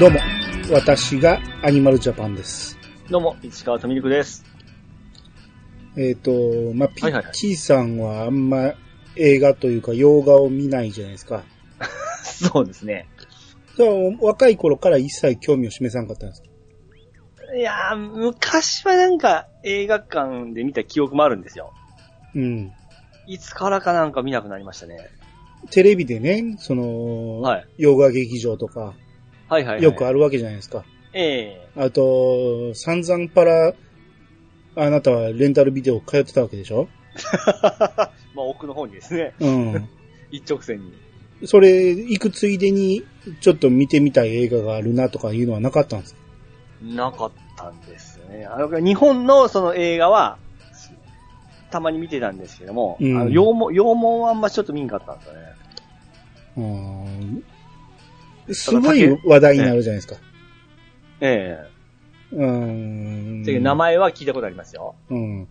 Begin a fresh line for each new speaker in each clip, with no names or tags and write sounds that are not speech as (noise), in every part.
どうも、私がアニマルジャパンです。
どうも、市川とみりくです。
えっ、と、まあ、ピ
はいはい
ッキーさんはあんま映画というか洋画を見ないじゃないですか。
そうですね。
じゃあお若い頃から一切興味を示さなかったんですか
いやー、昔はなんか映画館で見た記憶もあるんですよ。
うん。
いつからかなんか見なくなりましたね。
テレビでね、その、
はい
洋画劇場とか、
はいはい、はい。
よくあ
る。
るわけじゃないですか。
え (laughs) え
あと、散々パラ、あなたはレンタルビデオ通ってたわけでしょ
まあ奥の方にですね、 (laughs)
うん。
一直線に。
それ、行くついでに、ちょっと見てみたい映画があるなとかいうのはなかったんですか
なかったんですよね。あの日本のその映画は、たまに見てたんですけども、
うん
あの洋門、洋門はあんまちょっと見んかったんですよね。
うん。すごい話題になるじゃないですか。
え
うん
え。ていう名前は聞いたことありますよ。
うん。
うん。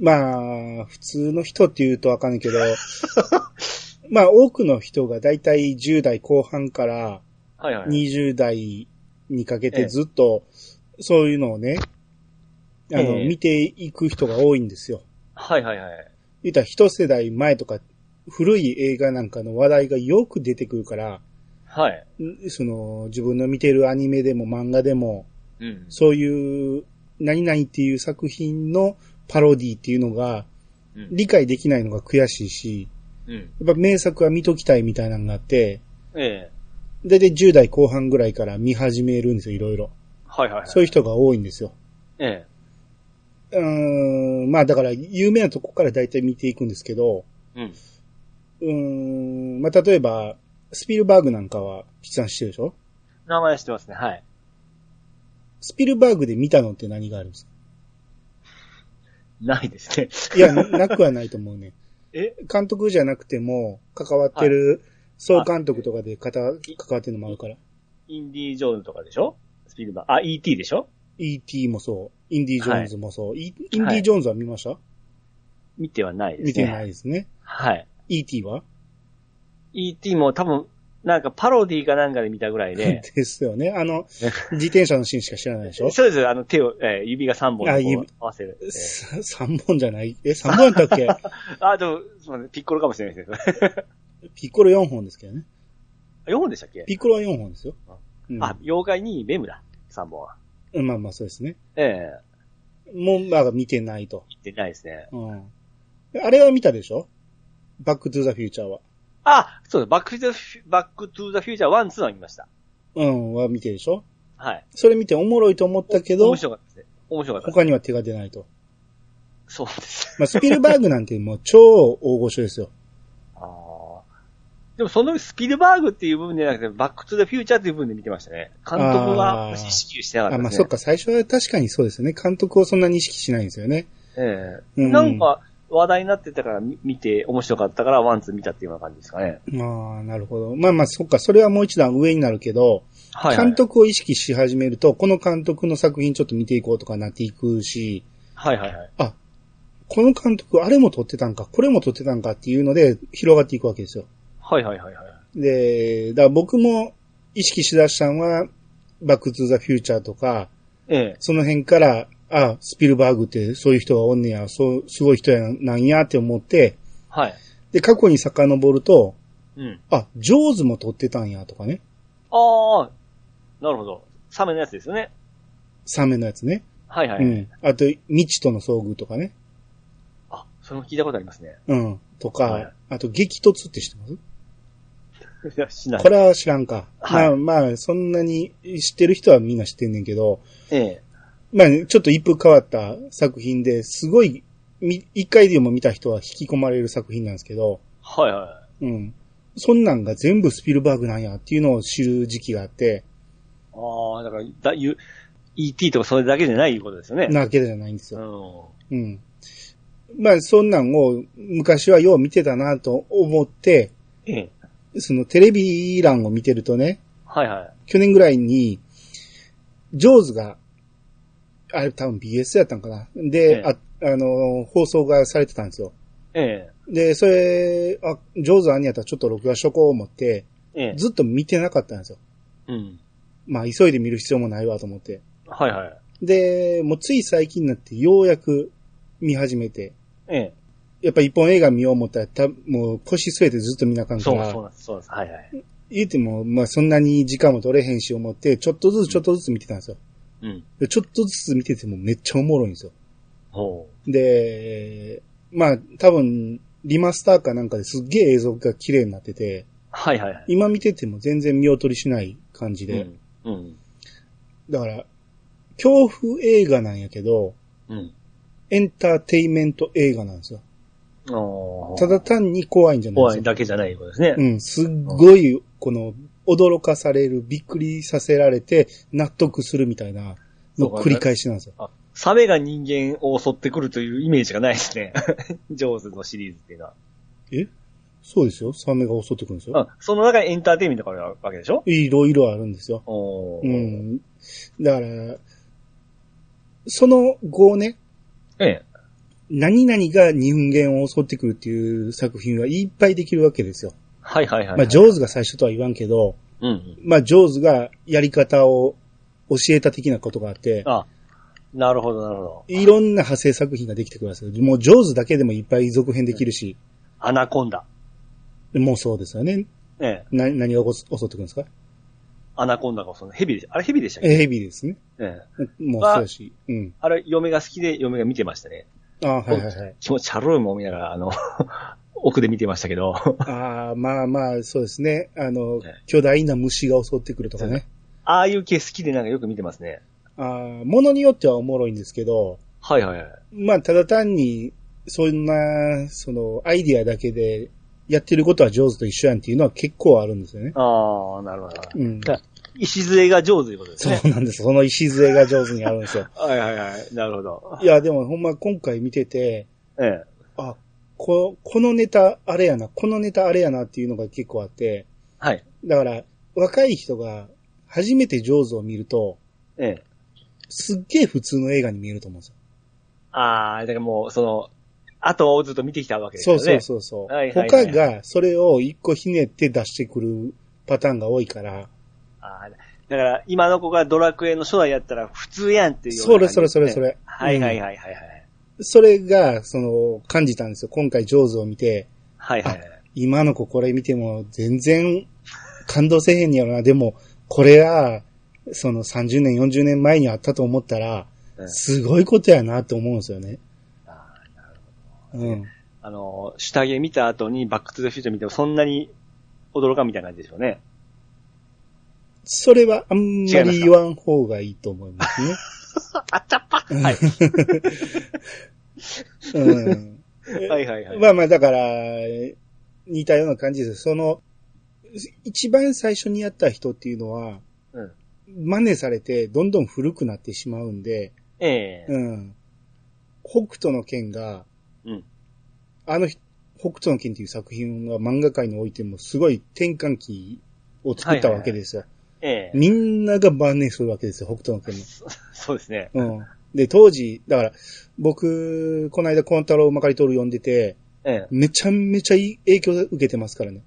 まあ、普通の人って言うとわかんないけど、 (laughs) まあ多くの人がだいたい10代後半から
はいはい。
20代にかけ
え
て
え
ずっとそういうのをね、あの、
ええ
見ていく人が多いんですよ。
はいはいはい。
言ったら一世代前とか古い映画なんかの話題がよく出てくるから、
はい。
んその自分の見てるアニメでも漫画でも、
うん。
そういう何々っていう作品のパロディっていうのが
うん
理解できないのが悔しいし、
うん。
やっぱ名作は見ときたいみたいなのがあって、
ええ
だいたい10代後半ぐらいから見始めるんですよ、いろいろ。
はいはいはい。
そういう人が多いんですよ。
え
うーん、まあだから有名なとこからだいたい見ていくんですけど、
えう
うー
ん。
ん、まあ例えば、スピルバーグなんかは筆算してるでしょ
名前は知ってますね。はい。
スピルバーグで見たのって何があるんですか
ないですね。
いや、なくはないと思うね。
え
監督じゃなくても、関わってる、総監督とかでかた
い
関わってるのもあるから。
(laughs) インディ・ージョーンズとかでしょスピルバーグ。あ、E.T. でしょ
E.T. もそう、インディ・ジョーンズもそう。イイン
は
ディ・
い
ジョーンズは見ました、
見てはないですね。
見てないですね。
はい。
E.T. は
E.T. も多分、なんかパロディーかなんかで見たぐらいで。
ですよね。あの、自転車のシーンしか知らないでし
そう
ょ
です。あの手を、えー指が3本
あ
でこ
指
う合わせる。えー
さ三本じゃないえ、三本だったっ
(laughs)
け
あ、でも、すみません。ピッコロかもしれないですね。 (laughs)
ピッコロ四本ですけどね。
4本でしたっけ
ピッコロは4本ですよ。うん、
あ、妖怪にベムだ。3本は。
うんまあまあそうですね。
ええ
もう、まあ見てないと。
見てないですね。
うん。あれは見たでしょバックトゥザフューチャーは。
あ、そうだ。バックトゥザフュ・バックトゥザフューチャー1、2は見ました。
うん、は見てるでしょ
はい。
それ見ておもろいと思ったけど
面、白かったですね。面白かったです。
他には手が出ないと。
そうです。
まあ、スピルバーグなんてもう超大御所です
(laughs)
よ。
ああ。でもそのスピルバーグっていう部分じゃなくて、バックトゥザフューチャーっていう部分で見てましたね。監督は
あー
指揮してなかった
あ、
です、ね。
まあ、そっか、最初は確かにそうですよね。監督をそんなに意識しないんですよね。
ええ
うん
なんか、話題になってたから見見て、面白かったから、ワンツー見たっていうような感じですかね。
まあ、なるほど。まあまあ、そっか、それはもう一段上になるけど、
はい、はい。
監。督を意識し始めると、この監督の作品ちょっと見ていこうとかなっていくし、
はいはいはい。
あ、この監督、あれも撮ってたんか、これも撮ってたんかっていうので、広がっていくわけですよ。
はいはいはいはい。
で、だから僕も意識しだしたのは、バックトゥザフューチャーとか、
ええ
その辺から、あ、スピルバーグってそういう人がおんねや、そう、すごい人やなんやって思って、
はい。
で、過去に遡ると、
うん。
あ、ジョーズも撮ってたんやとかね、
ああ、なるほど。サメのやつですよね。
サメのやつね。
はいはい。
うん。あと、未知との遭遇とかね。
あ、それも聞いたことありますね。 (laughs)
うん。とか、
はい
あと、激突って知ってます
いや、しない
こ。れは知らんか。
はい
まあまあ、そんなに知ってる人はみんな知ってんねんけど、
ええ
まあ、ちょっと一風変わった作品ですごい、み一回でも見た人は引き込まれる作品なんですけど、
はいはい。
うん。そんなんが全部スピルバーグなんやっていうのを知る時期があって、
ああ、だから、だ、ゆ、E.T. とかそれだけじゃないいうことですよね。
なわけじゃないんです
う
よ。
ん。
うん。まあ、そんなんを昔はよう見てたなと思って、
ええ。
そのテレビ欄を見てるとね、
はいはい。
去年ぐらいに、ジョーズが、あれ多分 BS やったんかな。で、
え
あ、
え
あの、放送がされてたんですよ。
ええ。
で、それ、あ、ジョーズあんねやったらちょっと録画しとこう思って、
ええ。
ずっと見てなかったんですよ。
うん。
まあ、急いで見る必要もないわと思って。
はいはい。
で、もうつい最近になってようやく見始めて、
ええ。
やっぱ一本映画見よう思ったら、たもう腰据えてずっと見なあかんか
そう、
ら、
そうなんです。そうなんです。はいはい。
言うても、まあそんなに時間も取れへんし思って、ちょっとずつちょっとずつ見てたんですよ。
うん。
でちょっとずつ見ててもめっちゃおもろいんですよ。
ほ
で、まあ多分、リマスターかなんかですっげえ映像が綺麗になってて、
う。はいはいはい。
今見てても全然見劣りしない感じ
う
で、
ん。うん。
だから、恐怖映画なんやけど、
うん。
エンターテイメント映画なんですよ。
ああ
ただ単に怖いんじゃないです
怖
よ
い。だけじゃないことですね。
うん、すっごい、この、驚かされる、びっくりさせられて、納得するみたいな、の繰り返しなんですよ。
あサメが人間を襲ってくるというイメージがないで
(laughs)
すね。ジョーズのシリーズっていうのは。
そうですよ。サメが襲ってくるんですよ。
あその中にエンターテインメントがあるわけでしょ
いろいろあるんですよ。
おー
うん。だから、その後ね、
ええ。
何々が人間を襲ってくるっていう作品はいっぱいできるわけですよ。
はいはいはいはい。
まあ、ジョーズが最初とは言わんけど、
うんうん。
まあ、ジョーズがやり方を教えた的なことがあって、
あ、なるほどなるほど。
いろんな派生作品ができてくるんですよ。もうジョーズだけでもいっぱい続編できるし、
アナコンダ。
もうそうですよね。
ええ。
な、何がこ襲ってくるんですか
アナコンダがそのヘビでしあれヘビでしたっけ
え、ヘビーですね。
ええ。
もうそうやし。うん。
あれ、嫁が好きで嫁が見てましたね。
ああはいはいはい。
気持ち悪いもん見ながら、あの、 (laughs) 奥で見てましたけど。 (laughs)
ああ、まあまあ、そうですね。あの
ええ、
巨大な虫が襲ってくるとかね。
ああいう系好きでなんかよく見てますね。
ああ、ものによってはおもろいんですけど、
はいはいはい。
まあ、ただ単に、そんな、その、アイディアだけで、やってることは上手と一緒やんっていうのは結構あるんですよね。
ああ、なるほどなるほど。
うん。
だ礎が上手ということです
そ
ね。
うなんです。その礎が上手にあるんです
(laughs)
よ。
はいはいはい。なるほど。
いや、でもほんま今回見てて、
ええ。
あ、ここのネタあれやな、このネタあれやなっていうのが結構あって、
はい。
だから若い人が初めて上手を見ると、
ええ。
すっげえ普通の映画に見えると思うんですよ。
ああ、だからもう、その、後をずっと見てきたわけです
そ
よ
う
ね。
そうそうそう、
はいはいはい
他がそれを一個ひねって出してくるパターンが多いから、
あーだから、今の子がドラクエの初代やったら普通やんっていうよ
そう
な
れ
感じ
それそれそ
ですね。
れ。
はいはい
うん
はいはいはい。
それが、その、感じたんですよ。今回上手を見て、
はいはいはい。
今の子これ見ても全然感動せえへんやろな。でも、これは、その30年、40年前にあったと思ったら、
うん
すごいことやなと思うんですよね。
あー
うん。
あの、下着見た後にバックトゥザフューチャー見てもそんなに驚かんみたいな感じでしょうね。
それはあんま
違います
り
か
言わん方がいいと思います
(laughs)
ね。
あっちゃっぱはい。
うん。
はいはいはい。
まあまあ、だから、似たような感じです。その、一番最初にやった人っていうのは、
うん
真似されてどんどん古くなってしまうんで、
ええ
うん。北斗の剣が、
うん
あのひ、北斗の剣っていう作品は漫画界においてもすごい転換期を作ったわけですよ。
ええ
みんなが真似するわけですよ、北斗の剣
そうですね。
の。うん。で、当時、だから、僕、この間、コンタロウ・マカリトール読んでて、
ええ。
めちゃめちゃいい影響受けてますからね。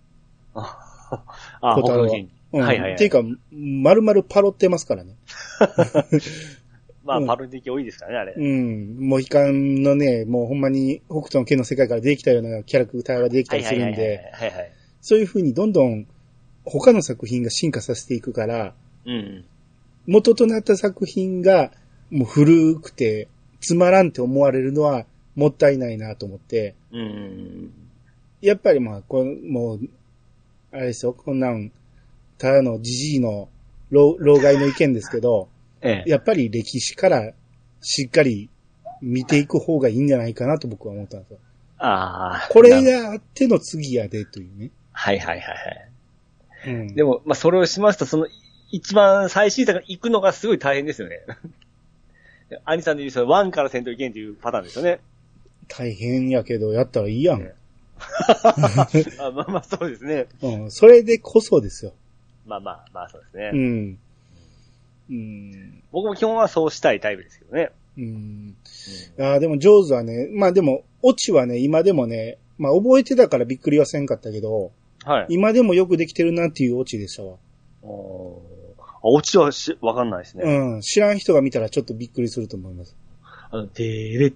あ、あ
小太
他
郎は
の日
うん。
はいはいはい
っていうか、丸々パロってますからね。
まあ、
うん
パロディ系多いですからね、あれ。
うん。モヒカンのね、もうほんまに北斗の剣の世界からできたようなキャラクターができた
はい
り
は
す
い
る
は
ん
いはい
で、
はいはい。
そういう風にどんどん他の作品が進化させていくから、
うん。
元となった作品がもう古くてつまらんって思われるのはもったいないなと思って、
うん。
やっぱりまあ、こうもう、あれですよ、こんなん、ただのじじいの老老害の意見ですけど、
ええ。
やっぱり歴史からしっかり見ていく方がいいんじゃないかなと僕は思ったんですよ。
ああ。
これ
なる
があっての次やでというね。
はいはいはいはい。
うん、
でも、まあ、それをしますと、その、一番最新作に行くのがすごい大変ですよね。アニさんで言う、その、ワンからせんといけんというパターンです
(laughs)
よね。
大変やけど、やったらいいやん。
あまあまあ、そうですね。
うん、それでこそですよ。
まあまあ、まあそうですね。
うん。うん。
僕も基本はそうしたいタイプですけどね。
うん。あーでも、ジョーズはね、まあでも、オチはね、今でもね、まあ覚えてたからびっくりはせんかったけど、
はい。
今でもよくできてるなっていうオチでしたわ。
あーあ、落ちはし、わかんないですね。
うん。知らん人が見たらちょっとびっくりすると思います。
あの、でーれ、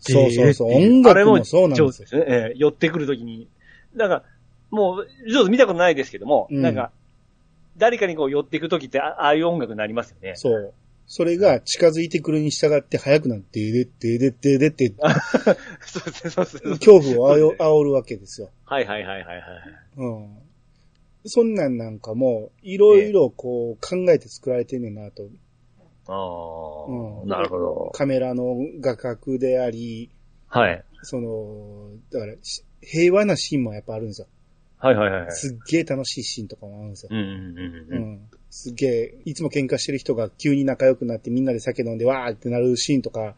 そうそうそう。
でーれってい
音楽もそうなん
あれも上
で
手
す
で
よ。
すね。ええ寄ってくるときに。なんか、もう、上手見たことないですけども、
うん
なんか、誰かにこう寄っていくときって、あああいう音楽になりますよね。
そう。それが近づいてくるに従って速くなって、でって、でって、でって、
(laughs) そうですね、そうですね。
恐怖をあよ
そうですね
煽るわけですよ。
はいはいはいはいはい。
うん。そんなんなんかも、いろいろこう考えて作られてんねんなと。
ああ、
うん
なるほど。
カメラの画角であり、
はい。
その、だからし、平和なシーンもやっぱあるんですよ。
はいはいはいはい。
すっげえ楽しいシーンとかもあるんですよ
う。んうんうん
う
うん。
ん。すっげえ、いつも喧嘩してる人が急に仲良くなってみんなで酒飲んでわーってなるシーンとか、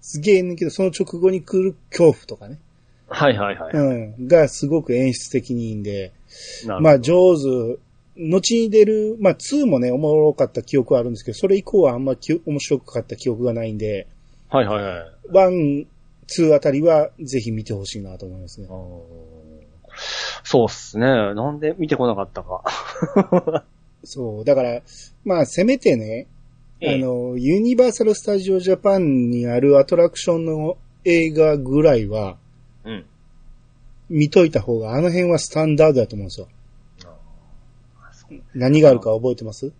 すげえねんけど、その直後に来る恐怖とかね。
はいはいはい。
うん。がすごく演出的にいいんで、
なるほど
まあ、上手、後に出る、まあ、2もね、おもろかった記憶はあるんですけど、それ以降はあんまきゅ面白かった記憶がないんで、
はいはいはい。
1、2あたりはぜひ見てほしいなと思いますね
あ。ーそうっすね。なんで見てこなかったか。
そう。だから、まあ、せめてね、あ
ええ
の、ユニバーサル・スタジオ・ジャパンにあるアトラクションの映画ぐらいは、
うん。
見といた方が、あの辺はスタンダードだと思うんですよ。
あそう
何があるか覚えてます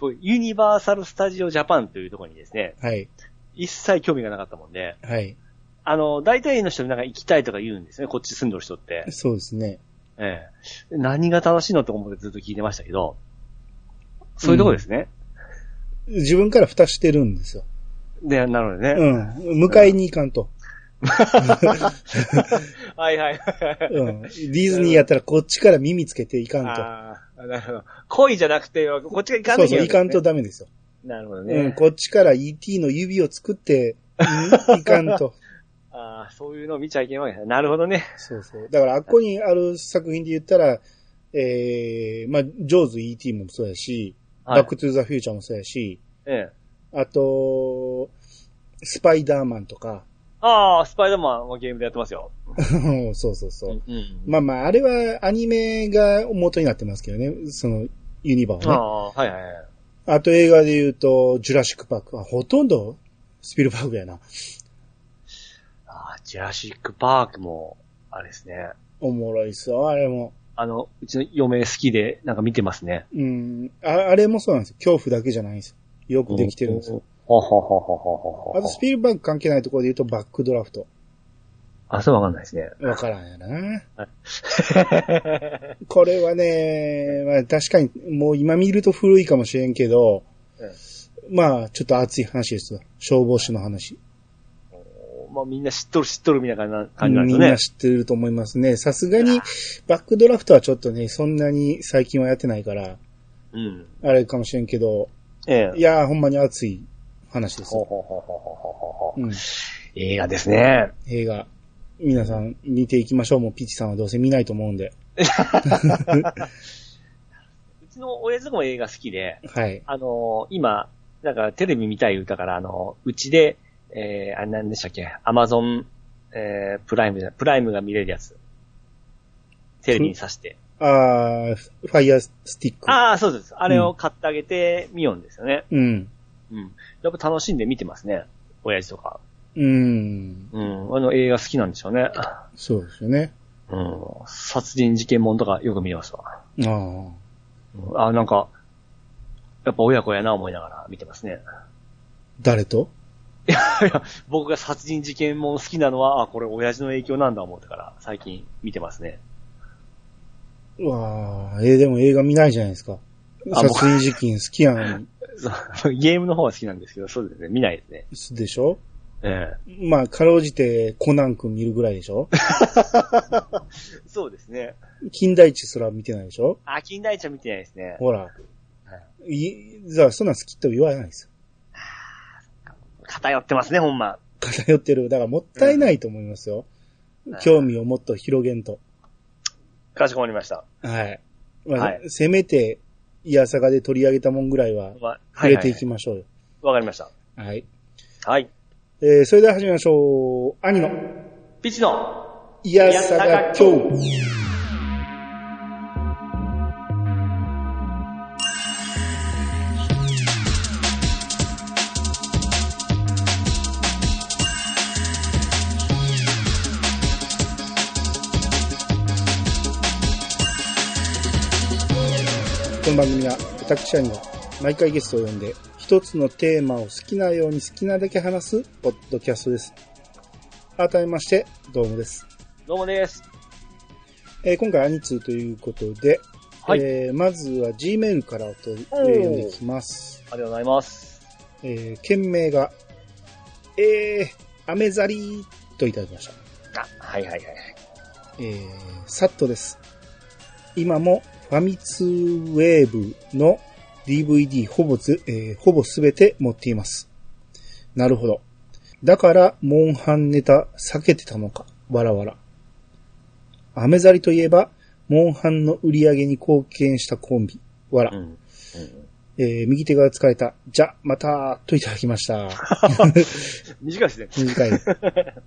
僕ユニバーサル・スタジオ・ジャパンというところにですね、
はい。
一切興味がなかったもんで、
はい。
あの、大体の人なんか行きたいとか言うんですね、こっち住んでる人
(laughs)
って。
そうですね。
ええ。何が楽しいのと思ってずっと聞いてましたけど、そういうとこですね。
自分から蓋してるんですよ。
で、なので
う
ね。
ん。迎えに行かんと。
はいはいはい。
うん。ディズニーやったらこっちから耳つけていかんと。
ああ、なるほど。恋じゃなくて、こっちが行かん
そ
と
うそう、いかんと。ダメですよ。
なるほどね。
うん。こっちから ET の指を作
(laughs)
って、うんいかんと。
ああ、そういうのを見ちゃいけないわけですねなるほどね。
そうそう。だから、あっこにある作品で言ったら、ええまあ、ジョーズ ET もそうやし、
はい
バックトゥーザフューチャーもそうやし、
ええ。
あと、スパイダーマンとか、 (laughs)
ああ、スパイダーマンはゲームでやってますよ。
そうそうそうう。
んうん。
まあまあ、あれはアニメが元になってますけどね、その、ユニバー
あ
はね。
あ、はいはいはい。
あと映画で言うと、ジュラシックパーク。あ、ほとんど、スピルバーグやな。
ああ、ジュラシックパークも、あれですね。
おもろいっすよ、あれも。
あの、うちの嫁好きで、なんか見てますね。
うん。ああれもそうなんですよ。恐怖だけじゃないんですよ。よくできてるんですよ。。
ほほほほほほほ。
あと、スピルバーグ関係ないところで言うと、バックドラフト。
あ、そうわかんないですね。
わからんやな
はい。
(laughs) これはね、まあ確かに、もう今見ると古いかもしれんけど、
え
まあ、ちょっと熱い話ですよ。消防士の話。
まあみんな知っとる知っとるみたいな感じなん
み
です
ん
ね
な。知ってると思いますね。さすがに、バックドラフトはちょっとね、そんなに最近はやってないから、
うん。
あれかもしれんけど、
え
い
え。
やー、ほんまに熱い話です
ほ
よ。
ほほほほほほほ。
うん。
映画ですね。
映画。皆さん見ていきましょう。もうピチさんはどうせ見ないと思うんで。
うちの親父も映画好きで、
はい。
あのー今、なんかテレビ見たい歌から、あのーうちで、えー、あれなんでしたっけ、アマゾン、えー、プライムじゃ、プライムが見れるやつ。テレビに挿して。
あー、ファイヤースティック。
ああ、そうです。あれを買ってあげて見ようんですよね。
うん。
うん。やっぱ楽しんで見てますね。親父とか。
うん。
うん。あの映画好きなんでしょうね。
そうですよね。
うん。殺人事件もんとかよく見ますわ。
ああ。
うん、あーなんか、やっぱ親子やな思いながら見てますね。
誰と
いや、僕が殺人事件も好きなのは、あ、これ親父の影響なんだ思ってから、最近見てますね。
うわあ、えーでも映画見ないじゃないですか。
あ僕
殺人事件好きやん
そう (laughs) ゲームの方は好きなんですけど、そうですね、見ないですね。
でしょ
え
まあ、かろうじてコナン君見るぐらいでしょ
えそうですね。
金田一すら見てないでしょ
あ、金田一は見てないですね。
ほら。い、じゃあ、そんなん好きと言わないですよ。
偏ってますね、ほんま。
偏ってる。だからもったいないと思いますよ。興味をもっと広げんと。
かしこまりました。
はい。まあ、
はい
せめて、イヤサガで取り上げたもんぐらいは、
まあ、は
触
い、
れ
は
て
い
いきましょうよ。
わかりました。
はい、
はい。
えーそれでは始めましょう。兄の、
ピチの、
イヤサガ今日。この番組は私らには毎回ゲストを呼んで一つのテーマを好きなように好きなだけ話すポッドキャストです。改めまして、どうもです。
どうもです。
えー今回アニツーということで、
はい
えーまずは Gmail からおと、えー
おー
読んでいきます。
ありがとうございます。
えー、件名が、えー、アメザリーといただきました。
あ、はいはいはい。
えー、サットです。今もファミツウェーブの DVD ほぼず、えーほぼすべて持っています。なるほど。だから、モンハンネタ避けてたのか。わらわら。アメザリといえば、モンハンの売り上げに貢献したコンビ。わら。
うん。うん
えー右手が疲れた。じゃ、また、といただきま
(laughs)
した。
短いですね。
短い。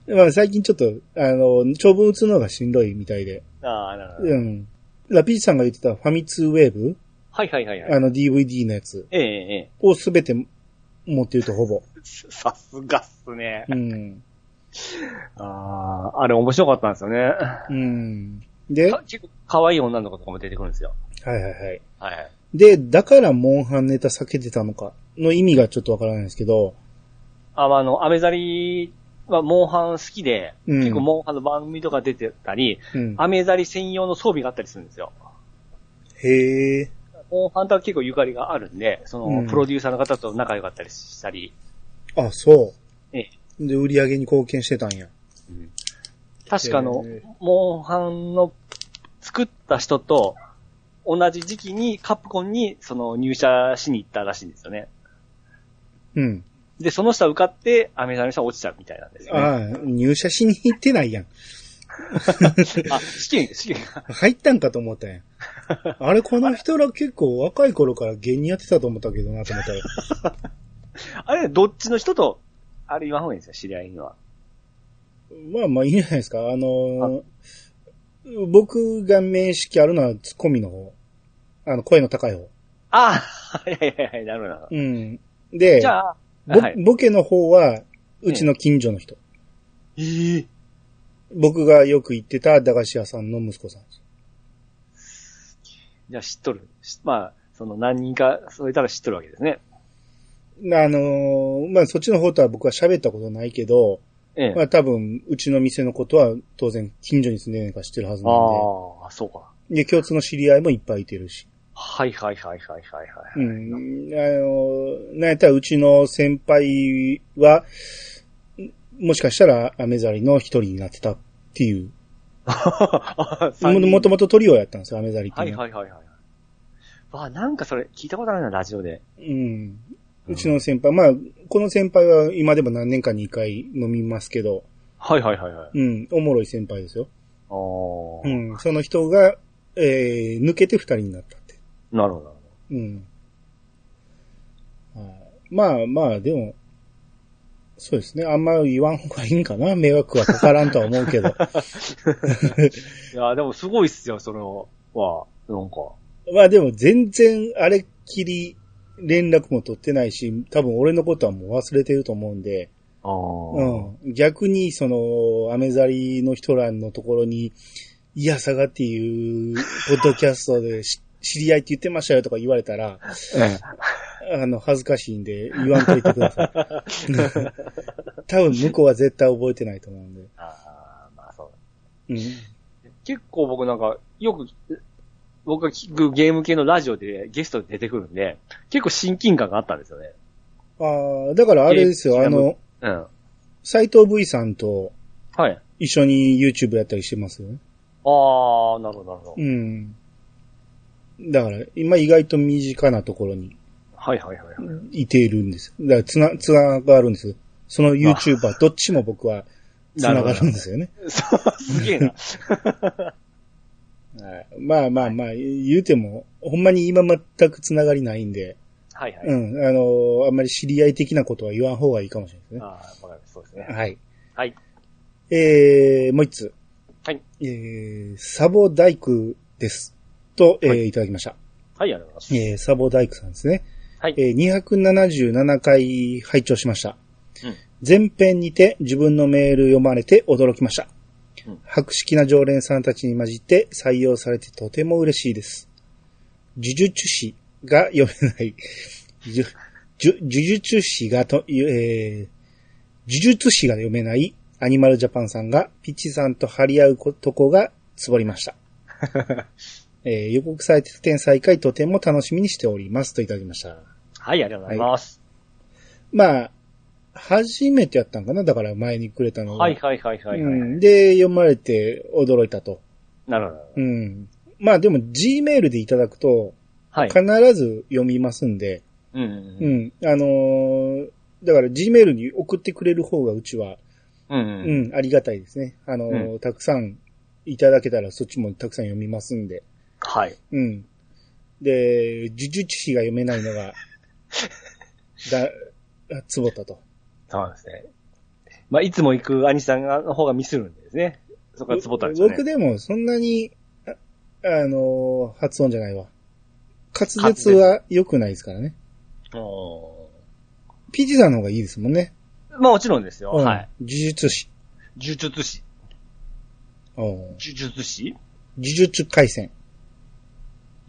まあ最近ちょっと、あの、長文打つのがしんどいみたいで。
ああ、なるほど。
うん。ラピーチさんが言ってたファミツウェーブ、
はいはいはいはい。
あの DVD のやつ
ええええ。
をすべて持ってるとほぼ。
さすがっすね。
うん。
ああ、あれ面白かったんですよね。
うん。で、は
結構可愛い女の子とかも出てくるんですよ。
いはいはい。
はいはい。
で、だからモンハンネタ避けてたのかの意味がちょっとわからないんですけど、
あまああの、アメザリはモンハン好きで、
うん
結構モンハンの番組とか出てたり、
うん。
アメザリ専用の装備があったりするんですよ。
へえ。
モンハンとは結構ゆかりがあるんで、その、
うん
プロデューサーの方と仲良かったりしたり、
あ、そ
え
う。で、売り上げに貢献してたんや。
確かあの
へー、
モンハンの作った人と同じ時期にカプコンにその入社しに行ったらしいんですよね。
うん。
で、その下受かって、アメザリの人は落ちちゃうみたいなんですよ、ね。
ああ、入社しに行ってないやん。
あ、試験、試験が。
入ったんかと思ったんや。あれ、この人ら結構若い頃から芸人やってたと思ったけどなと思ったら。
あれ、どっちの人と、あれ言わん方がいいんですよ、知り合いには。
まあまあいいんじゃないですか。あのー僕が面識あるのはツッコミの方。あの、声の高い方。
ああ、いやいやいや、なるほどなるほ
うん。
ど。
で、
じゃあ、
ぼ
はい。
ボケの方は、うちの近所の人。
ええ
僕がよく行ってた駄菓子屋さんの息子さんです。
じゃあ知っとる。しまあ、その何人か、それたら知っとるわけですね。
あのーまあそっちの方とは僕は喋ったことないけど、
ええ。
まあ多分、うちの店のことは当然近所に住んでるのか知ってるはずなん
ああ、そうか。
で。で、共通の知り合いもいっぱいいてるし。
はいはいはいはいはいはい。
うん。あの、なんやったらうちの先輩は、んもしかしたらアメザリの一人になってたっていう。も
あ (laughs) 三人
もともとトリオやったんですよ、アメザリって
は
いう
い
の
はいはいはい。わあ、なんかそれ聞いたことあるな、ラジオで。
うん。うちの先輩、まあ、この先輩は今でも何年かに1回飲みますけど、
はいはいはいはい。
うん、おもろい先輩ですよ。
あー
うん、その人が、えー、抜けて二人になったって。
なるほどなるほど。
うん。はいまあまあ、でも、そうですね。あんま言わん方がいいんかな。迷惑はかからんとは思うけど。 (laughs)
いや、でもすごいっすよ、それは。なんか。
まあでも全然あれっきり連絡も取ってないし、多分俺のことはもう忘れてると思うんで、
ああ。
うん。逆にその、アメザリの人らのところに、いや、サガっていう、ポッドキャストでし知り合いって言ってましたよとか言われたら、
え
あの、恥ずかしいんで、言わんといてください。 (laughs) 多分、向こうは絶対覚えてないと思うんで。
あーまあそう
うん。
結構僕なんか、よく、僕が聞くゲーム系のラジオでゲストで出てくるんで、結構親近感があったんですよね。
ああ、だからあれですよ、
え
あの、
うん。
斎藤 V さんと
はい。
一緒に YouTube やったりしてますよね。
ああ、なるほど、なるほど。
うん。だから、今意外と身近なところに
はいはいはいはい。
いているんです。だから、つな、つながるんですよ。その YouTuber、どっちも僕は、つながるんですよね。
そう、 (laughs) すげえな。
はいまあまあまあ、言うても、ほんまに今全くつながりないんで、
はいはい。
うん、あのーあんまり知り合い的なことは言わん方がいいかもしれないですね。
ああ、わかります。そうですね。
はい。
はい。
えー、もう一つ。
はい。
えー、サボ大工です。と、えー、
はい
ただきました。
はい、ありがとうござい
えー、サボ大工さんですね。
ます。はい。
えー、277回拝聴しました。
うん
前編にて自分のメール読まれて驚きました
うん。
博識な常連さんたちに混じって採用されてとても嬉しいです。呪術師が読めない。呪呪呪術師がと、えー、呪術師が読めないアニマルジャパンさんがピッチさんと張り合うことこがつぼりました。えー予告されてた天才会とても楽しみにしておりますといただきました。
はい、ありがとうございます。
まあ、初めてやったんかなだから前にくれたのが
はい、はい、はい、はい。はい
うん。で、読まれて驚いたと。
なるほど。
うん。まあでも G メールでいただくと、
はい。
必ず読みますんで、
うんう
うんん。あのーだから G メールに送ってくれる方がうちは、
うん。うん
う
うん。
ん、ありがたいですね。あのーたくさんいただけたらそっちもたくさん読みますんで、
はい。
うん。で、呪術師が読めないのが、だ、つぼったと。
そうですね。まあ、いつも行く兄さんがの方がミスるんですね。そこがツボったんですよね
僕。でもそんなに、あ、あのー発音じゃないわ。滑舌は良くないですからね。
お
ピジさんの方がいいですもんね。
ーまあ、もちろんですよ。
うん
はい。
呪術師。
呪術師。
うん呪
呪術師
術回戦。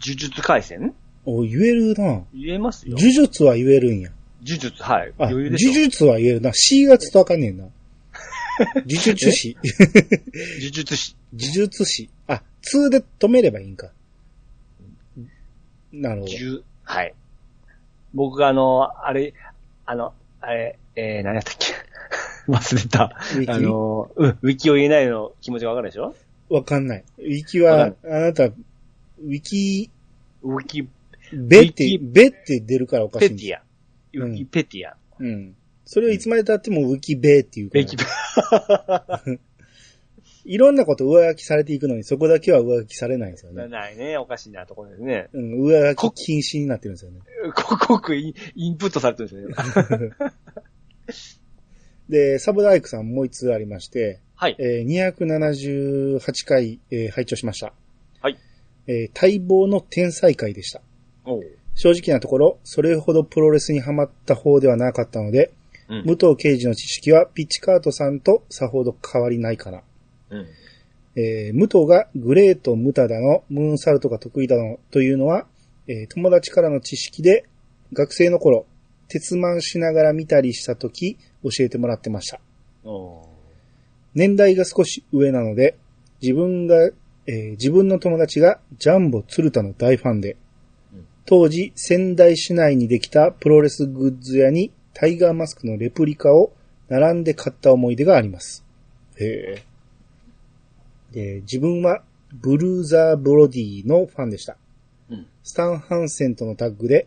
呪術回戦
お、言えるな
言えますよ。
呪術は言えるんや。
呪術、はい。
あ、
余裕
呪
でしょ。
術は言えるな。C がちょっとわかんねえ
(laughs)
な。呪術師。
呪術師。
呪術師。あ、2で止めればいいんか。なるほど。
呪、はい。僕があの、あれ、あの、あれ、えー、何やったっけ (laughs) 忘れた。
ウィ
あ
キ
の、うん、ウィキを言えないの気持ちがわかるでしょ
わかんない。ウィキ
わ
は
か、
あなた、ウィキ
ウィキ
ベっ
ウ
て
ィキ、
ベって出るからおかし
ペ
いん
テ
です。
ィア。ウィキペティア。
うん。それをいつまで経ってもウキベっていうから
ウィキペ、
いろんなこと上書きされていくのに、そこだけは上書きされないんですよね。
ないね。おかしいなところですね。
うん、上書き禁止になってるんですよね。
(laughs) ここくインインプットされてるんですよね。
で、サブダイクさんもう一通ありまして、
はい。
えー278回、えー拝聴しました。
はい。
えー待望の天才会でした。
おう
正直なところ、それほどプロレスにハマった方ではなかったので、
うん
武藤刑事の知識はピッチカートさんとさほど変わりないかな。
うん。
えー、武藤がグレート・ムタだの、ムーンサルトが得意だのというのは、えー友達からの知識で、学生の頃、鉄腕しながら見たりした時、教えてもらってました。
おう
年代が少し上なので、自分が、えー自分の友達がジャンボ鶴田の大ファンで
うん、
当時仙台市内にできたプロレスグッズ屋にタイガーマスクのレプリカを並んで買った思い出があります。へえ。で、自分はブルーザー・ブロディのファンでした。
うん
スタン・ハンセンとのタッグで、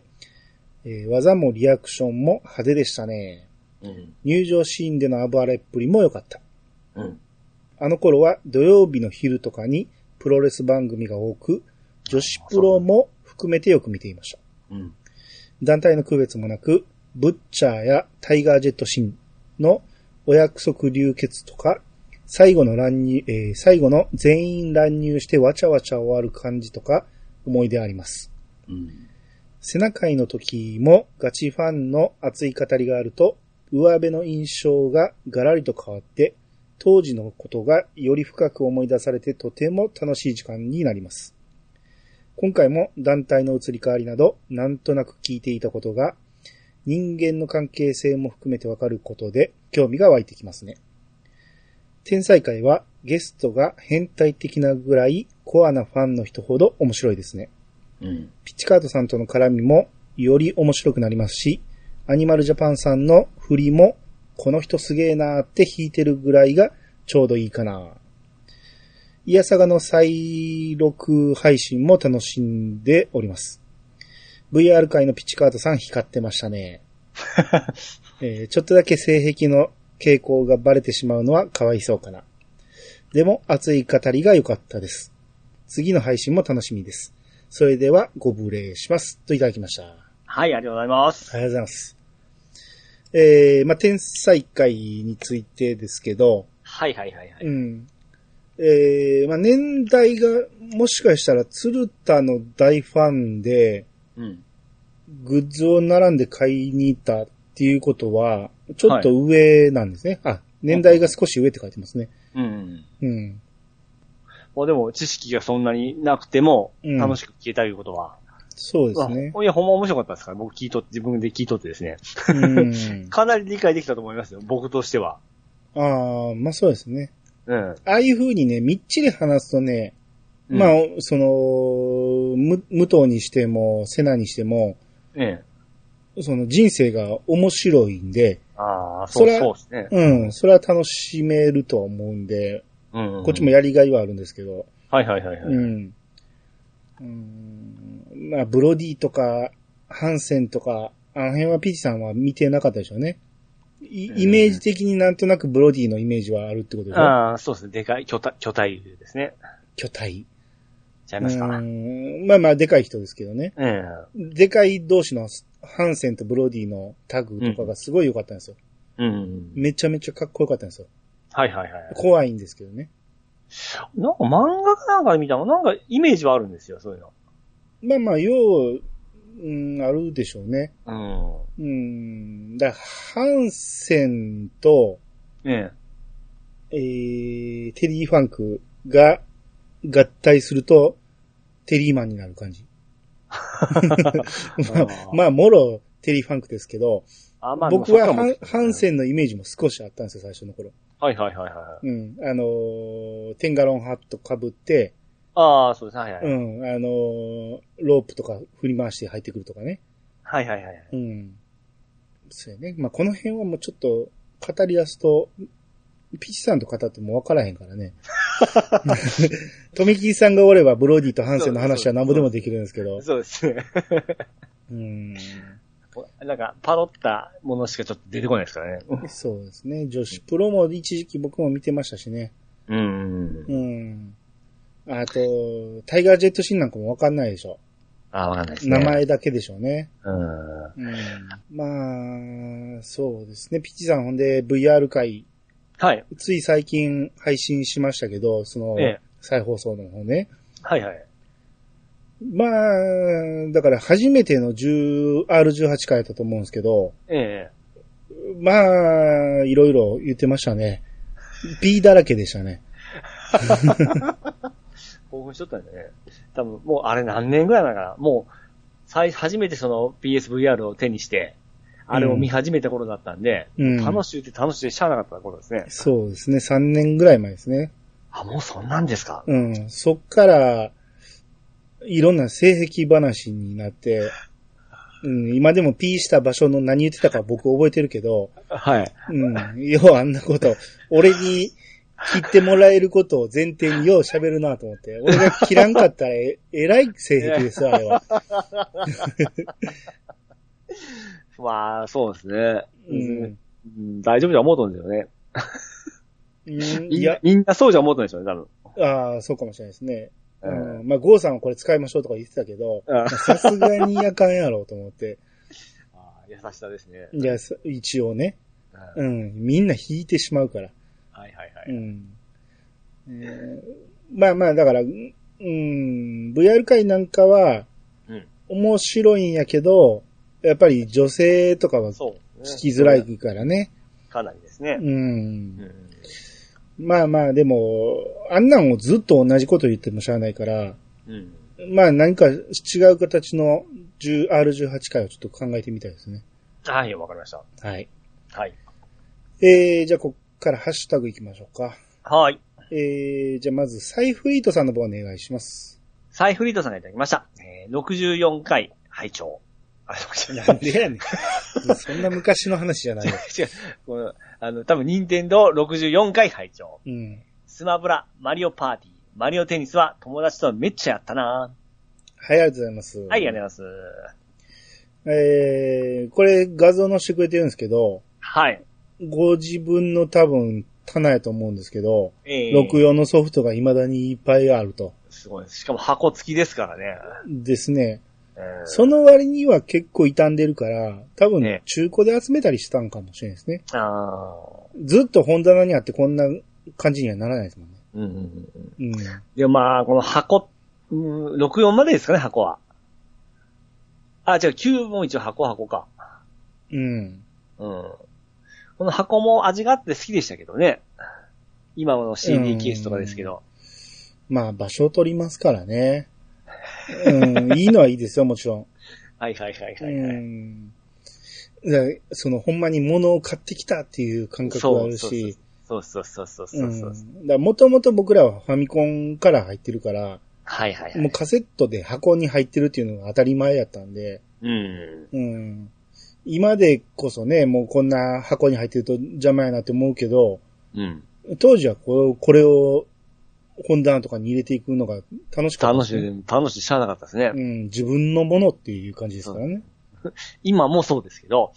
えー技もリアクションも派手でしたね。
うん。
入場シーンでの暴れっぷりも良かった。
うん。
あの頃は土曜日の昼とかにプロレス番組が多く、女子プロも含めてよく見ていました。
うん。
団体の区別もなく、ブッチャーやタイガージェットシンのお約束流血とか、最後の乱入、えー最後の全員乱入してわちゃわちゃ終わる感じとか思い出あります。
うん。
背中の時もガチファンの熱い語りがあると、上辺の印象がガラリと変わって、当時のことがより深く思い出されてとても楽しい時間になります。今回も団体の移り変わりなど、なんとなく聞いていたことが、人間の関係性も含めてわかることで、興味が湧いてきますね。天才会はゲストが変態的なぐらいコアなファンの人ほど面白いですね。
うん。
ピッチカートさんとの絡みもより面白くなりますし、アニマルジャパンさんの振りも、この人すげえなーって弾いてるぐらいがちょうどいいかな。イヤサガの再録配信も楽しんでおります。VR 界のピッチカートさん光ってましたね。えーちょっとだけ性癖の傾向がバレてしまうのはかわいそうかな。でも熱い語りが良かったです。次の配信も楽しみです。それではご無礼します。といただきました。あ
はい、ありがとうございます。
りがとうございます。えー、まあ、天才会についてですけど、
はい、はい、はい、は
う
い。
ん。えー、まあ、年代が、もしかしたら鶴田の大ファンで、
うん。
グッズを並んで買いに行ったっていうことは、ちょっと上なんですね。あ、年代が少し上って書いてますね。
うん。
うん。
まあでも、知識がそんなになくても、
うん
楽しく聞けたいうことは、
そうですね。
まあいや、ほんま面白かったですから、僕聞いとって、自分で聞いとってですね。
うん。
かなり理解できたと思いますよ、僕としては。
ああ、まあそうですね。
うん。
ああいう風にね、みっちり話すとね、
うん
まあ、その、む武藤にしても、セナにしても、
ええ。
その人生が面白いんで、
ああ、そう、
それ
そうですね。
うん、それは楽しめるとは思うんで、
うん。
こっちもやりがいはあるんですけど、
はいはいはいは
う
い。
ん。うん、まあ、ブロディとか、ハンセンとか、あの辺はピチさんは見てなかったでしょうね。いイメージ的になんとなくブロディのイメージはあるってことでしょ
ああ、そうですね。でかい、巨体、巨体竜ですね。
巨体。
ちゃいますか。
う
うん
ん、まあまあ、でかい人ですけどね。
え
でかい同士のハンセンとブロディのタッグとかがすごい良かったんですよ。
え。うん。
めちゃめちゃかっこよかったんですよ。
はいはいはい。
怖いんですけどね。
なんか漫画かなんかで見たの、なんかイメージはあるんですよ、そういうの。
まあまあ、よう、うん、あるでしょうね。
うん。
うん。だからハンセンと、
ええ。
えー、テリー・ファンクが合体すると、テリーマンになる感じ。 (laughs)
(laughs)
まあ、まあ、もろテリー・ファンクですけど、
あ、まあ、
僕はハンハン
ン。
センのイメージも少しあったんですよ、最初の頃。
はいはいはいはい。
うん。あのーテンガロンハット被って、
ああ、そうです。はいはい。
うん。あのーロープとか振り回して入ってくるとかね。
はいはいはい。
うん。そうやね。まあ、この辺はもうちょっと、語り出すと、ピチさんと語っても分からへんから
(laughs)
ね。富木さんがおれば、ブローディとハンセンの話は何ぼでもできるんですけど。
そうですね。
うん。
(laughs) なんか、パロったものしかちょっと出てこないですからね。
そうですね。女子プロも一時期僕も見てましたしね。
うん。
うん。あと、タイガージェットシンなんかも分かんないでしょ。
ああ、わかんないですね。
名。前だけでしょうね。
うん。
まあ、そうですね。ピチさんほんで VR 会、
はい。
つい最近配信しましたけど、その
ええ、
再放送の方ね。
はいはい。
まあ、だから初めての 10R18 回だと思うんですけど、
ええ。
まあ、いろいろ言ってましたね。B だらけでしたね。
興奮しとったんでね。多分、もうあれ何年ぐらいだから、もう、最、初めてその PSVR を手にして、あれを見始めた頃だったんで、
うん。
楽しゅうて楽しゅうてしゃあなかった頃ですね。
そうですね。3年ぐらい前ですね。
あ、もうそんなんですか
うん。そっから、いろんな性癖話にな (laughs) って、うん、今でも P した場所の何言ってたか僕覚えてるけど、
はい。
うん、ようあんなこと、俺に切ってもらえることを前提によう喋るなと思って、俺が切らんかったらえ (laughs) えらい性癖ですわ、あれ (laughs) は。
まあ、そうですね。
うん。
うん大丈夫じゃ思うとんですよね。
うん
み
い
んな
や、
みんなそうじゃ思うとんでしょうね、多分。
ああ、そうかもしれないですね。
う
うんん、まあ、ゴーさんはこれ使いましょうとか言ってたけど、
あ
さすがにあかんやろうと思 (laughs) って。
あ優しさですね。
いや、そ一応ね。
うん
うん、みんな引いてしまうから。
はいはいうはい。
ん。えーまあまあ、だから、うん、うん VR 界なんかは
うん、
面白いんやけど、やっぱり女性とかは聞
そうですね。
きづらいからね。
かなりですね
う。。
うんん
まあまあ、でも、あんなんをずっと同じこと言ってもしゃあないから、
うん。
まあ何か違う形の10 R18 回をちょっと考えてみたいですね。
はい、わかりました。
はい。
はい。
えー、じゃあこっからハッシュタグいきましょうか。
はい。
えー、じゃあまず、サイフリートさんの方お願いします。
サイフリードさんがいただきました。えー、64回、拝聴。あ、そう
なんで
(laughs)
やねん。そんな昔の話じゃないよ。
違う。この、あの、多分、任天堂64回拝聴。
うん。
スマブラ、マリオパーティー、マリオテニスは友達とめっちゃやったな
はい、ありがとうございます。
はい、ありが
ね。
とうございます。
えー、これ画像載せてくれてるんですけど、
はい。
ご自分の多分棚やと思うんですけど、
え
64のソフトが未だにいっぱいあると。
すごいです。しかも箱付きですからね。
ですね。
えー
その割には結構傷んでるから、多分
ね
中古で集めたりしたんかもしれないですね。
あ
ずっと本棚にあってこんな感じにはならないですもんね。
ーうんうんうんうん。
うん。
でもまあ、この箱、うん64までですかね、箱は。あ、違う、9も一応箱箱か。
うん。
うん。この箱も味があって好きでしたけどね。今の CD ケースとかですけど。 (laughs)
まあ場所を取りますからね。うん、いいのはいいですよ、もちろん。
はいはいはいは
う
い、はい。
ん。だからその、ほんまに物を買ってきたっていう感覚があるし、
そうそうそうそうそううそう。
ん。だからもともと僕らはファミコンから入ってるから、
はいはいは
もう
い。
カセットで箱に入ってるっていうのが当たり前やったんで、
うん。
うん。今でこそね、もうこんな箱に入ってると邪魔やなって思うけど、
うん。
当時はこれこれを本棚とかに入れていくのが楽しかった
楽
ですね、
しい、楽しい、しゃあなかったですね。
うん、自分のものっていう感じですからね。
今もそうです
(laughs)
けど。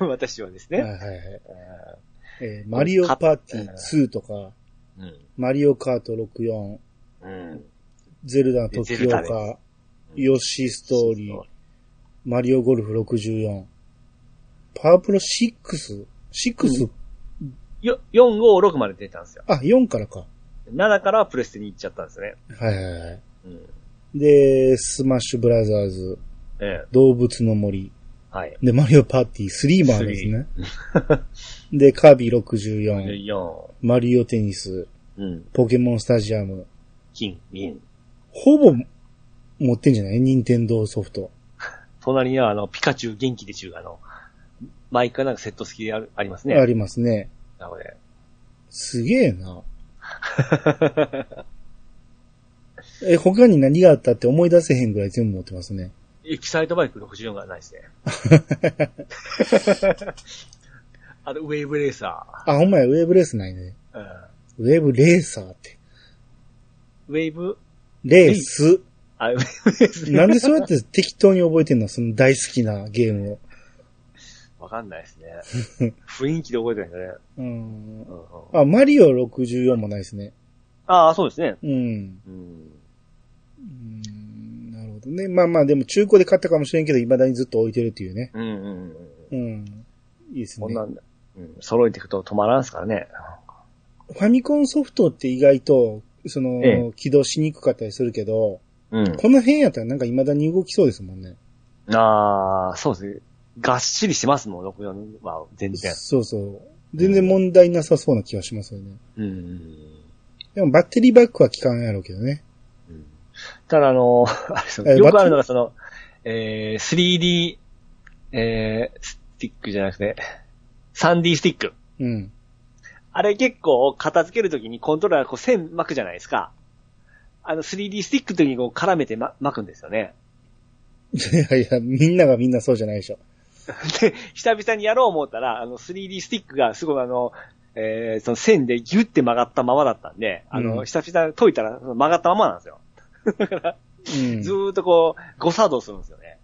私はです
はいは
ね。
いはい。えーマリオパーティー2とか、
うん。
マリオカート64、
うん。
ゼルダの時
ゼル
オ
ダで
カ、ヨッシーストーリー、マリオゴルフ64、パワープロ 6?6?
よ、4、5、6まで出たんですよ。
あ、4からか。
7からプレステに行っちゃったんですね。
はいはいはい。
うん。
で、スマッシュブラザーズ、
ええ。
動物の森。
はい。
で、マリオパーティー3もあるんですね。で、カービィ64、
4、
マリオテニス、
うん。
ポケモンスタジアム。
金、銀。
ほぼ持ってんじゃない任天堂ソフト。
隣にはあの、ピカチュウ元気でちゅうあの、毎回なんかセット付きであるあります
あ
ね。
りますね。
なので。
すげえ
(laughs)
な。え、他に何があったって思い出せへんぐらい全部持ってますね。
エキサイトバイク64がないです (laughs) ね。あと、ウェーブレーサ
あ、ほんまや、ウェーブレースないね。
ー。うん
ウェーブレーサーって。
ウェーブ
レース。
あ、ウ (laughs) ェーブレース
なんでそうやって適当に覚えてんのその大好きなゲームを。
わかんないです (laughs) ね。雰囲気で覚えてないんだね。
うん
う。んうん
あ、マリオ64もないですね。
ああ、そうですね。
うん。
うん。
うんなるほどね。まあまあ、でも中古で買ったかもしれんけど、未だにずっと置いてるっていうね。
うんうんうんうん。
うん。いいです
こ
ね
ん。なんだ。うん、揃えていくと止まらんすからね。
ファミコンソフトって意外と、その、
え
起動しにくかったりするけど、
うん。
この辺やったらなんか未だに動きそうですもんね。
ああ、そうですね。がっしりしてますもん、64は全然。
そうそう。全然問題なさそうな気がしますよね。
うんうんうん。
でもバッテリーバックは効かんやろうけどね。
うんただ、あの、 (laughs) あれですよ
え
よくあるのが、その、えー、3D、えー、スティックじゃなくて、3D スティック。
うん。 (laughs)
あれ結構片付けるときにコントローラーこう線巻くじゃないですか。あの 3D スティックの時にこう絡めて、ま、巻くんですよね。
いやいや、みんながみんなそうじゃないでしょ。
で、久々にやろう思ったら、あの 3D スティックがすごいあの、えー、その線でギュって曲がったままだったんで、あの、
うん
久々に解いたらその曲がったままなんですよ。
うん
ず。ーっとこう、誤作動するんですよね。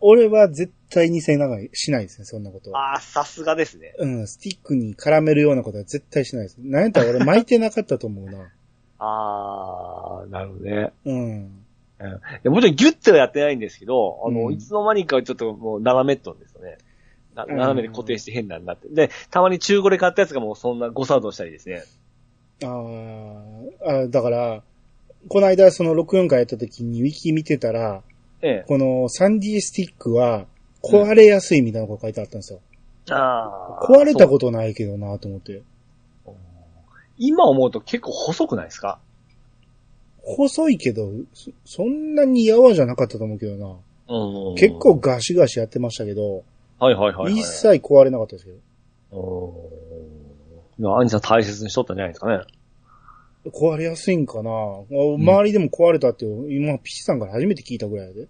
俺は絶対にせながしないですね、そんなことは。
ああ、さすがですね。
うん、スティックに絡めるようなことは絶対しないです。なんやったら俺巻いてなかったと思うな。
ああ、なるほどね。
うん。
でもちろんギュッてはやってないんですけど、あの、
うん
いつの間にかちょっともう斜めっとんですよね。な
うん
斜めで固定して変なになって。で、たまに中古で買ったやつがもうそんな誤作動したりですね。
あーあ、だから、この間その64回やった時にウィキ見てたら、
え
この 3D スティックは壊れやすいみたいなこと書いてあったんですよ。
え。ああ。
壊れた
と
ことないけどなと思って。
今思うと結構細くないですか
細いけど、そそんなに柔じゃなかったと思うけどな。
うん
結構、ガシガシやってましたけど、
はいはいはい、はい。
一切壊れなかったですけど。
うん。いや、アニさん大切にしとったんじゃないですかね。
壊れやすいんかな周りでも壊れたって、今、ピチさんから初めて聞いたぐらいやで。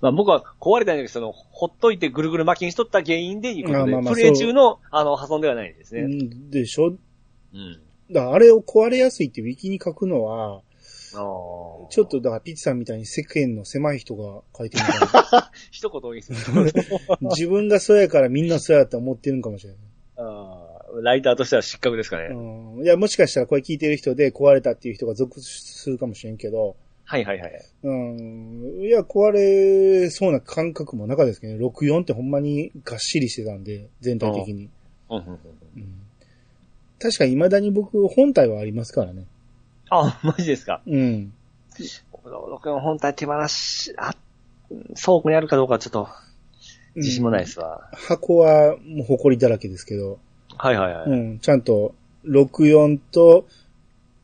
まあ僕は壊れたんだけど、その、ほっといてぐるぐる巻きにしとった原因でいうこと
あ
で、
まあまあ
プレイ中の、あの、破損ではないです
う
ね。
んでしょ
うん。
だからあれを壊れやすいってウィキに書くのは、
ああ。
ちょっとだからピチさんみたいに世間の狭い人が書いてるのか
一言多いですね。 (laughs)
な自分がそうやからみんなそうやって思ってるんかもしれない。
あーライターとしては失格ですかね。
うんいや、もしかしたらこれ聞いてる人で壊れたっていう人が続出するかもしれんけど、
はいはいはい。
うん、いや、壊れそうな感覚もなかったですけどね、64ってほんまにがっしりしてたんで、全体的に。
うんうんうん
うん、確かに未だに僕、本体はありますからね。
あ、マジですか。
うん。
僕の本体手放し、あ、倉庫にあるかどうかちょっと自信もないですわ。
箱はもう埃だらけですけど、
はいはいはい。
うん、ちゃんと64と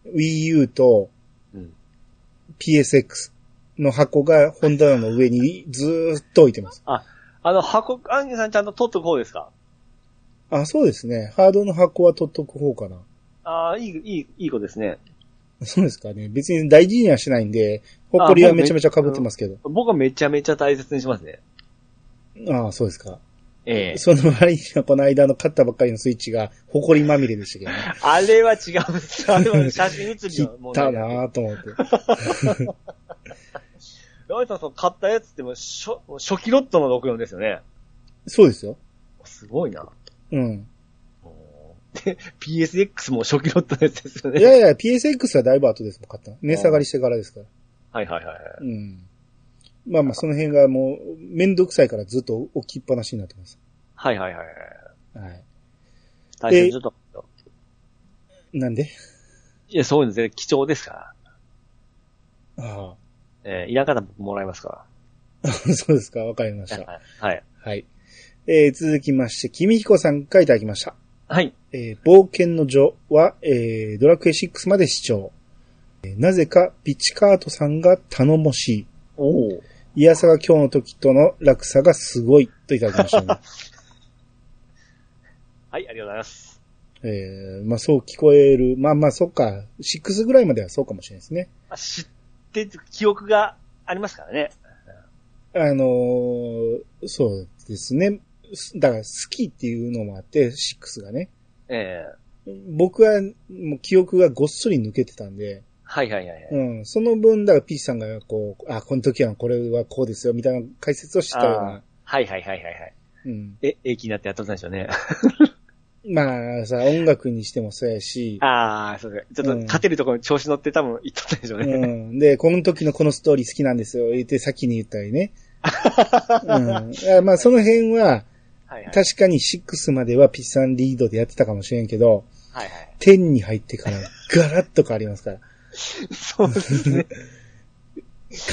Wii U と
うん
PSX の箱が本棚の上にずーっと置いてます。
あの、箱、アンジュさんちゃんと取っとく方ですか
あ、そうですね。ハードの箱は取っとく方かな。
ああ、いい、いい、いい子ですね。
そうですかね。別に大事にはしないんで、埃はめちゃめちゃ被ってますけど。
僕はめちゃめちゃ大切にしますね。
ああ、そうですか。
ええ
その割にはこの間の買ったばっかりのスイッチが埃まみれでしたけどね。
あれは違うん
(laughs)
です。あれは写真写り
切
の
っ
問
た
題。
なぁと思って。
山内さん、その買ったやつってもう初、初期ロットの64ですよね。
そうですよ。
すごいな。
うん。
で PSX も初期ロットのやつですよ
い
ね。
やいや、PSX はだいぶ後ですもん、買ったの。値下がりしてからですから。
はいはいはいはい。
うん。まあまあ、その辺がもう、めんどくさいからずっと置きっぱなしになってます。
はいはいはいはい。
はい。
大変ちょっと。
なんで
いや、そうですね。貴重ですから。
あ
えー、いらんかったら僕もらいますか
あ。 (laughs) そうですか、わかりまし
ら。
た。
はいはい。
はい。えー、続きまして、君彦さんからいただきました。
はい。
えー冒険の女は、えードラクエ6まで視聴。えーなぜか、ピチカートさんが頼もし
おお。
い。いやさが今日の時との落差がすごい、といただきましたね、 (laughs)
はい、ありがとうございます。
えーまあそう聞こえる。まあまあそっか、6ぐらいまではそうかもしれないですね。
まあ知ってる記憶がありますからね。
あのーそうですね。すだから好きっていうのもあって、6がね。
ええ
僕はもう記憶がごっそり抜けてたんで、
はいはいはいはい。
うん。その分、だから、ピーチさんが、こう、あ、この時はこれはこうですよ、みたいな解説をしたよう
あー
な。
はいはいはいはいはい。
うん。
え、え気になってやっとったんでしょうね。
まあ、さ、音楽にしてもそうやし、
ああ、そうですね。ちょっと勝てるところに調子乗って多分言っとったんでしょう
う
ね。
ん。で、この時のこのストーリー好きなんですよ、言って先に言ったりね。うん、あまあ、その辺は、
はいはい。
確かに6まではピッチさんリードでやってたかもしれんけど、
はいはい。
10に入ってからガラッと変わりますから。
そうですね。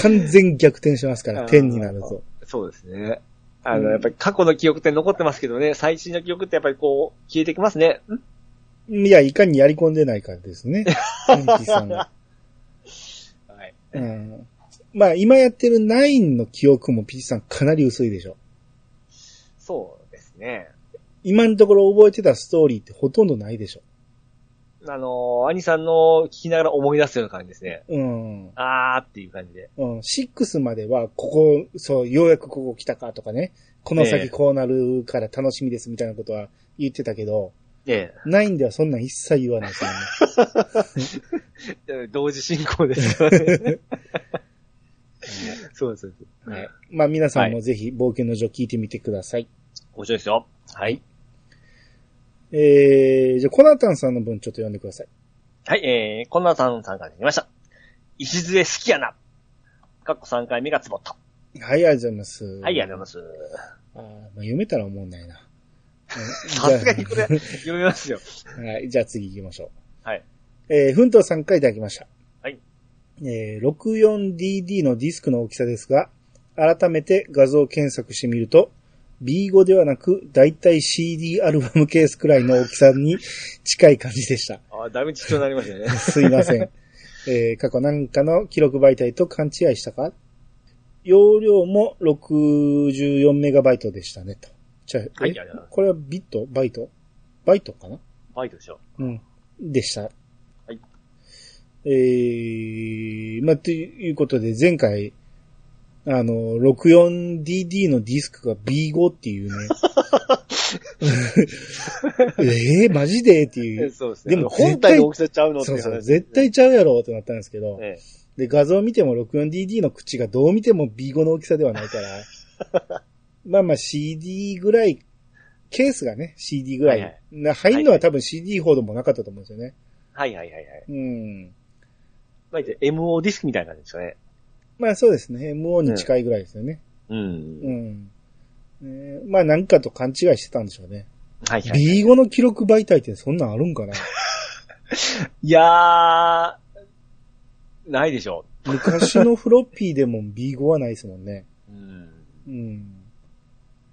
完全逆転しますから、
あー
10になると。
そうですね。あの、
うん
やっぱり過去の記憶って残ってますけどね、最新の記憶ってやっぱりこう、消えてきますね。ん
いや、いかにやり込んでないかです
(laughs)
ね。ピッチさんが。
はい。
うんまあ、今やってる9の記憶も P さんかなり薄いでしょ。
そうですね。
今のところ覚えてたストーリーってほとんどないでしょ。
あの、兄さんの聞きながら思い出すような感じですね。
うん。うん。
あーっていう感じで。
6までは、ここ、そう、ようやくここ来たかとかね。この
ええ
先こうなるから楽しみですみたいなことは言ってたけど、
え
9ではそんなん一切言わないですよね。
え。 (laughs) 同時進行です (laughs) よね。そうですそうです。
は
はいい。
まあ、皆さんもぜひ冒険の女聞いてみてください。
面白いですよ。はい。
えー、じゃあ、コナタンさんの文ちょっと読んでください。
はい、えー、こんなさんさんから来ました。石杖好きやな。かっこ3回目がツボッと。
はい、ありがとうございます。
はい、ありがとうございます。
あーまあ、読めたら思んないな。
さすがにこれ、読めますよ。
はい、じゃあ次行きましょう。
はい。
えー、奮闘3回いただきました。
はい。
えー、64DD のディスクの大きさですが、改めて画像検索してみると、B5 ではなく、だいたい CD アルバムケースくらいの大きさに近い感じでした。
あだいぶちっちゃくなりましたね。
(laughs) すいません。えー過去何かの記録媒体と勘違いしたか容量も 64MB でしたね、と。じゃあ、
はい、あり
え
がとうございます。
これはビットバイトバイトかな
バイトでしょ。。
うん。でした。はいえー、まあ、ということで、前回、あの、64DD のディスクが B5 っていうね。 (laughs) えー、マジでって
(laughs)
いう。
そうです
ね
でも
あの
本体の大きさちゃうのってい
そうそ
話
う、絶対ちゃうやろってなったんですけど、
ええ
で、画像見ても 64DD の口がどう見ても B5 の大きさではないから、
(laughs)
まあまあ CD ぐらい、ケースがね、CD ぐらい、
はいはい
な入るのは多分 CD ほどもなかったと思うんですよね。
はいはいはいはい。
うん。
まあ、言って MO ディスクみたいな感じですよね。
まあそうですね。MO に近いぐらいですよね。
うん。
うん。えーまあなんかと勘違いしてたんでしょうね。
はいはい。
B5 の記録媒体ってそんなんあるん
(laughs)
かない
やー、ないでしょ
昔のフロッピーでも B5 はないですもんね。
う。うん。
うん。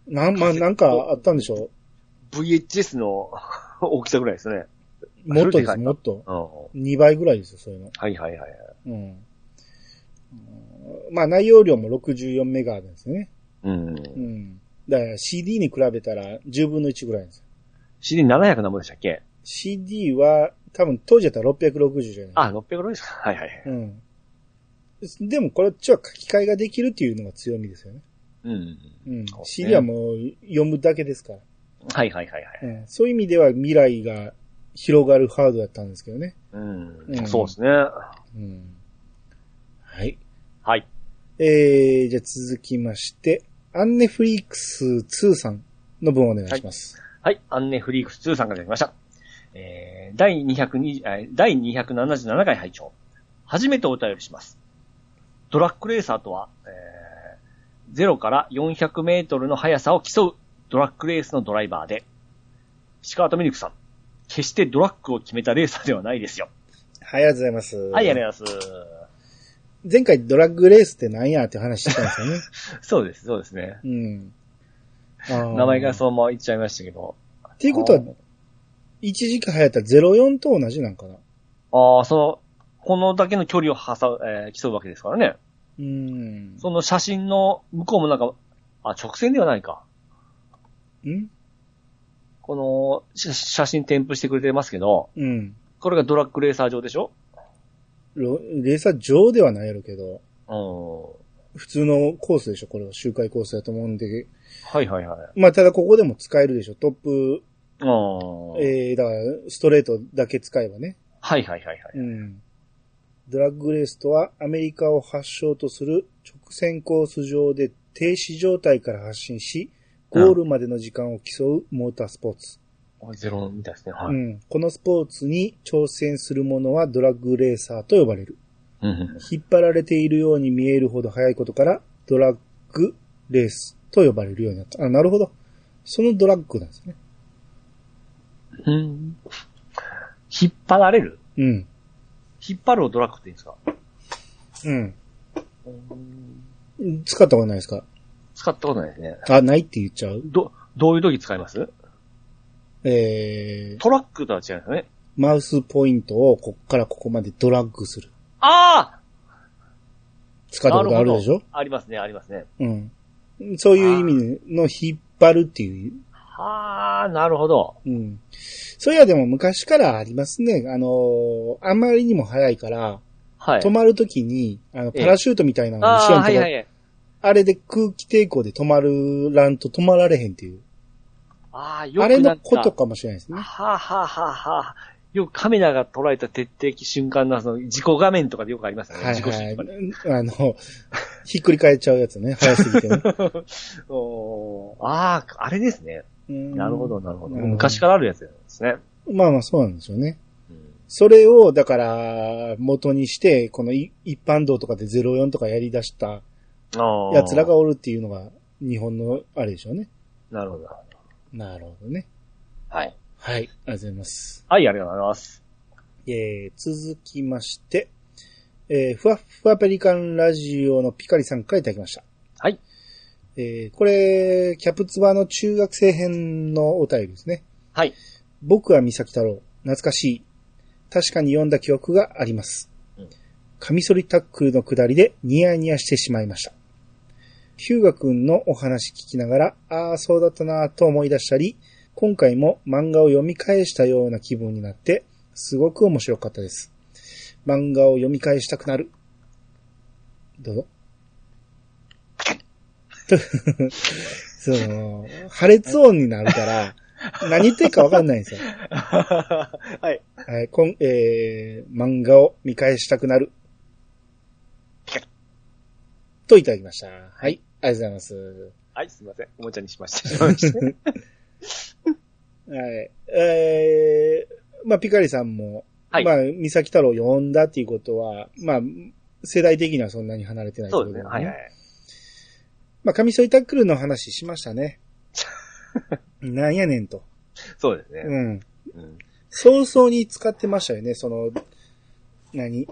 なん、まあなんかあったんでしょ
VHS の大きさぐらいですね。
うもっとで
あ
す、
るでかい
もっと。
うん。は
2倍ぐらいですよ、そういうの。
いはいはいはい。
うん。まあ内容量も64メガなんですね。
うん。
うん。だから CD に比べたら10分の1ぐらいなんですよ。
CD700 なんぼでしたっけ
CD は多分当時だったら660じゃない。
あ、600ですかはいはい。
うん。でもこれっちは書き換えができるっていうのが強みですよね。
うん。
うん
そう。ね
CD はもう読むだけですから。
はいはいはいはい。
うんそういう意味では未来が広がるハードだったんですけどね。
うん。
うん
そうですね。
うん。はい。
はい。
えー、じゃあ続きまして、アンネフリークス2さんの分お願いします。
はい。アンネフリークス2さんが出てきました。えー、第220あ第277回拝聴初めてお便りします。トラックレーサーとは、えー、0から400メートルの速さを競うドラッグレースのドライバーで、石川とミルクさん、決してドラッグを決めたレーサーではないですよ。
はい、ありがとうございます。
はい、ありがとうござい
前回ドラッグレースってなんやって話してたんですよ (laughs) ね。
ます。そうです、そうですね。
うん。あー
名前がそのまま言っちゃいましたけど。
っていうことは、一時期流行った04と同じなんかな。
ああ、その、このだけの距離を挟う、えー競うわけですからね。
うん。
その写真の向こうもなんか、あ、直線ではないか。
うん
この写写真添付してくれてますけど、
うん。
これがドラッグレーサー場でしょ
ロレーサー上ではないやろうけど、
う
普通のコースでしょこれは周回コースだと思うんで。
ん。はいはいはい。
まあ、ただここでも使えるでしょトップ、
うん。
えー、だから、ストレートだけ使えばね。
はいはいはいはい。
うん。ドラッグレースとは、アメリカを発祥とする直線コース上で停止状態から発進し、ゴールまでの時間を競うモータースポーツ。
あゼロみたいですね。は
う
い。
ん。このスポーツに挑戦する者はドラッグレーサーと呼ばれる。
うんうん。
引っ張られているように見えるほど速いことから、ドラッグレースと呼ばれるようになった。あ、なるほど。そのドラッグなんですね。
うん。引っ張られる
うん。
引っ張るをドラッグって言うんですか
うん。使ったことないですか
使ったことないですね。
あ、ないって言っちゃう
ど、どういう時使います
えー、
トラックとは違うんですよね。
マウスポイントをこっからここまでドラッグする。
あ
使
あ
ったことあ
なるほ
る
ど
でしょ
ありますね、ありますね。
うん。そういう意味の引っ張るっていう。
はあ、なるほど。
うん。それはでも昔からありますね。あのーあまりにも早いから、
はい。
止まるときに、あの、
え
パ
え
ラシュートみたいなのを
あ
後ろ
あ、
に飛
はい
ば
はいはい。
あれで空気抵抗で止まるらんと止まられへんっていう。
ああ、よく
あれ
な
の
ん
ことかもしれないですね。
はあ、はあはあはあ、よくカメラが捉えた徹底的瞬間のその自己画面とかでよくありますよね。
はい
自己
は
瞬
い
間で。。
あの、ひっくり返っちゃうやつね。早すぎてね。
おーああ、あれですね。
な
(laughs) なるほど、なるほど。
うん
昔からあるやつですね。
まあまあそうなんですよね。
うん
それを、だから、元にして、このい一般道とかで04とかやり出した
ああ。
奴らがおるっていうのが、日本のあれでしょうね。
なるほど。
なるほどね。
はい。
はい。ありがとうございます。
はい、ありがとうございます。
えー、続きまして、えー、ふわっふわペリカンラジオのピカリさんからいただきました。
はい。
えー、これ、キャプツバの中学生編のお便りですね。
はい。
僕は三崎太郎。懐かしい。確かに読んだ記憶があります
うん。
カミソリタックルの下りでニヤニヤしてしまいました。ヒューガ君のお話聞きながら、ああ、そうだったなぁと思い出したり、今回も漫画を読み返したような気分になって、すごく面白かったです。漫画を読み返したくなる。どうぞ。 (laughs) その、破裂音になるから、何言ってるかわかんないんですよ。
(laughs) はい。
はい、こん、えー、漫画を見返したくなる。といただきました。はい、ありがとうございます。
はい、すみません。おもちゃにしました。 (laughs) しま
(laughs)
した
はい。えー、まあ、ピカリさんも、
はい
まあ、三崎太郎を読んだっていうことは、まあ、世代的にはそんなに離れてない
そうですね。はいはい。
まあ、カミソリタックルの話しました
(laughs)
ね。なんやねんと。
そうですね。
うん。
うん
早々に使ってましたよね、その、何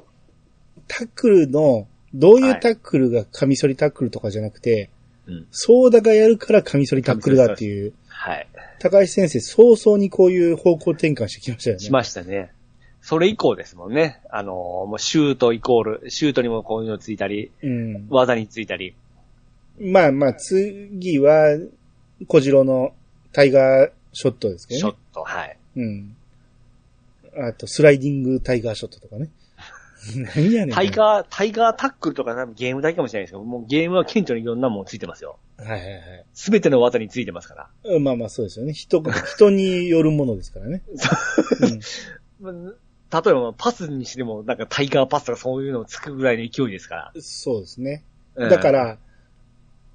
タックルの、どういうタックルがカミソリタックルとかじゃなくて、
うん。
ソーダがやるからカミソリタックルだっていう、
はい。
高橋先生早々にこういう方向転換してきましたよね。
しましたね。それ以降ですもんね。あのー、もうシュートイコール、シュートにもこういうのついたり、
うん。
技についたり。
まあまあ、次は、小次郎のタイガーショットですけ
シ
ど
ョ
ね
ッ。ト、はい。
うん。あと、スライディングタイガーショットとかね。 (laughs) 何やねん。
タイガー、タイガータックルとか多分ゲームだけかもしれないですけど、もうゲームは顕著にいろんなもんついてますよ。
ー。はいはいはい。
すべての技についてますから。
うんまあまあそうですよね。人、人によるものですから (laughs) ね。うん
うん例えばパスにしても、なんかタイガーパスとかそういうのをつくぐらいの勢いですか
そうですね。
ら。うん
だか、ら、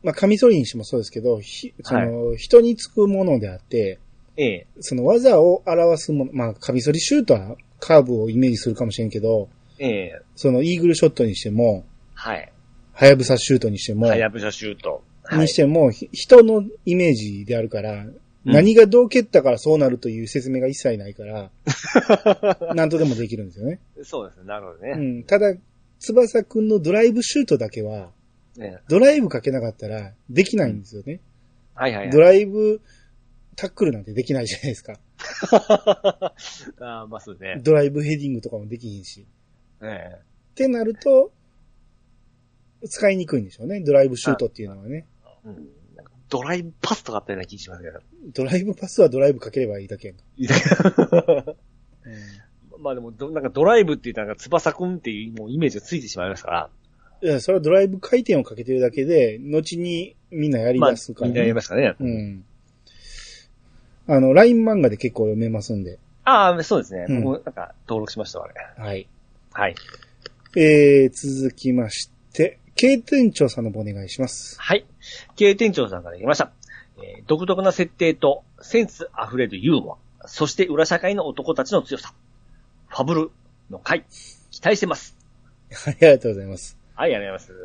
まあ、カミソリにしてもそうですけど、ひその、人につくものであって、
ええ、
その技を表すもの、まあ、カミソリシュートはカーブをイメージするかもしれんけど、
ええ、
そのイーグルショットにしても、
はい。
ハヤブサシュートにしても、
はやぶさシュート。はい
にしても、ひ人のイメージであるから、何がどう蹴ったからそうなるという説明が一切ない (laughs) から、何とでもできるんですよね。
そうですね、なるほど
う
ね。
ん、ただ、翼くんのドライブシュートだけは、
ね
ドライブかけなかったらできないんですよね。
はいはい
ド
はい。
ライブタックルなんてできないじゃないですか。
(laughs) あーまあそうですね。
ドライブヘディングとかもできひんし。
ええ
ってなると、使いにくいんでしょうね。ドライブシュートっていうのはね。
うんなんかドライブパスとかあったよう (laughs) な気がしますけど。
ドライブパスはドライブかければいいだけやんか。
まあでもど、なんかドライブって言ったら、翼くんっていうもうイメージがついてしまいますから。
いや、それはドライブ回転をかけてるだけで、後にみんなやり
まあ
出すから
みんなや
ね。
りましたね。
うん。あの、LINE 漫画で結構読めますんで。
ああ、そうですね。
うん
僕、なんか、登録しましたわ、あれ。
はい。
はい。
えー、続きまして、経店長さんの方お願いします。
はい。経営店長さんからいきました。えー独特な設定とセンス溢れるユーモア、そして裏社会の男たちの強さ。ファブルの回、期待してます。
はい、ありがとうございます。
はい、あり
(laughs)
がとう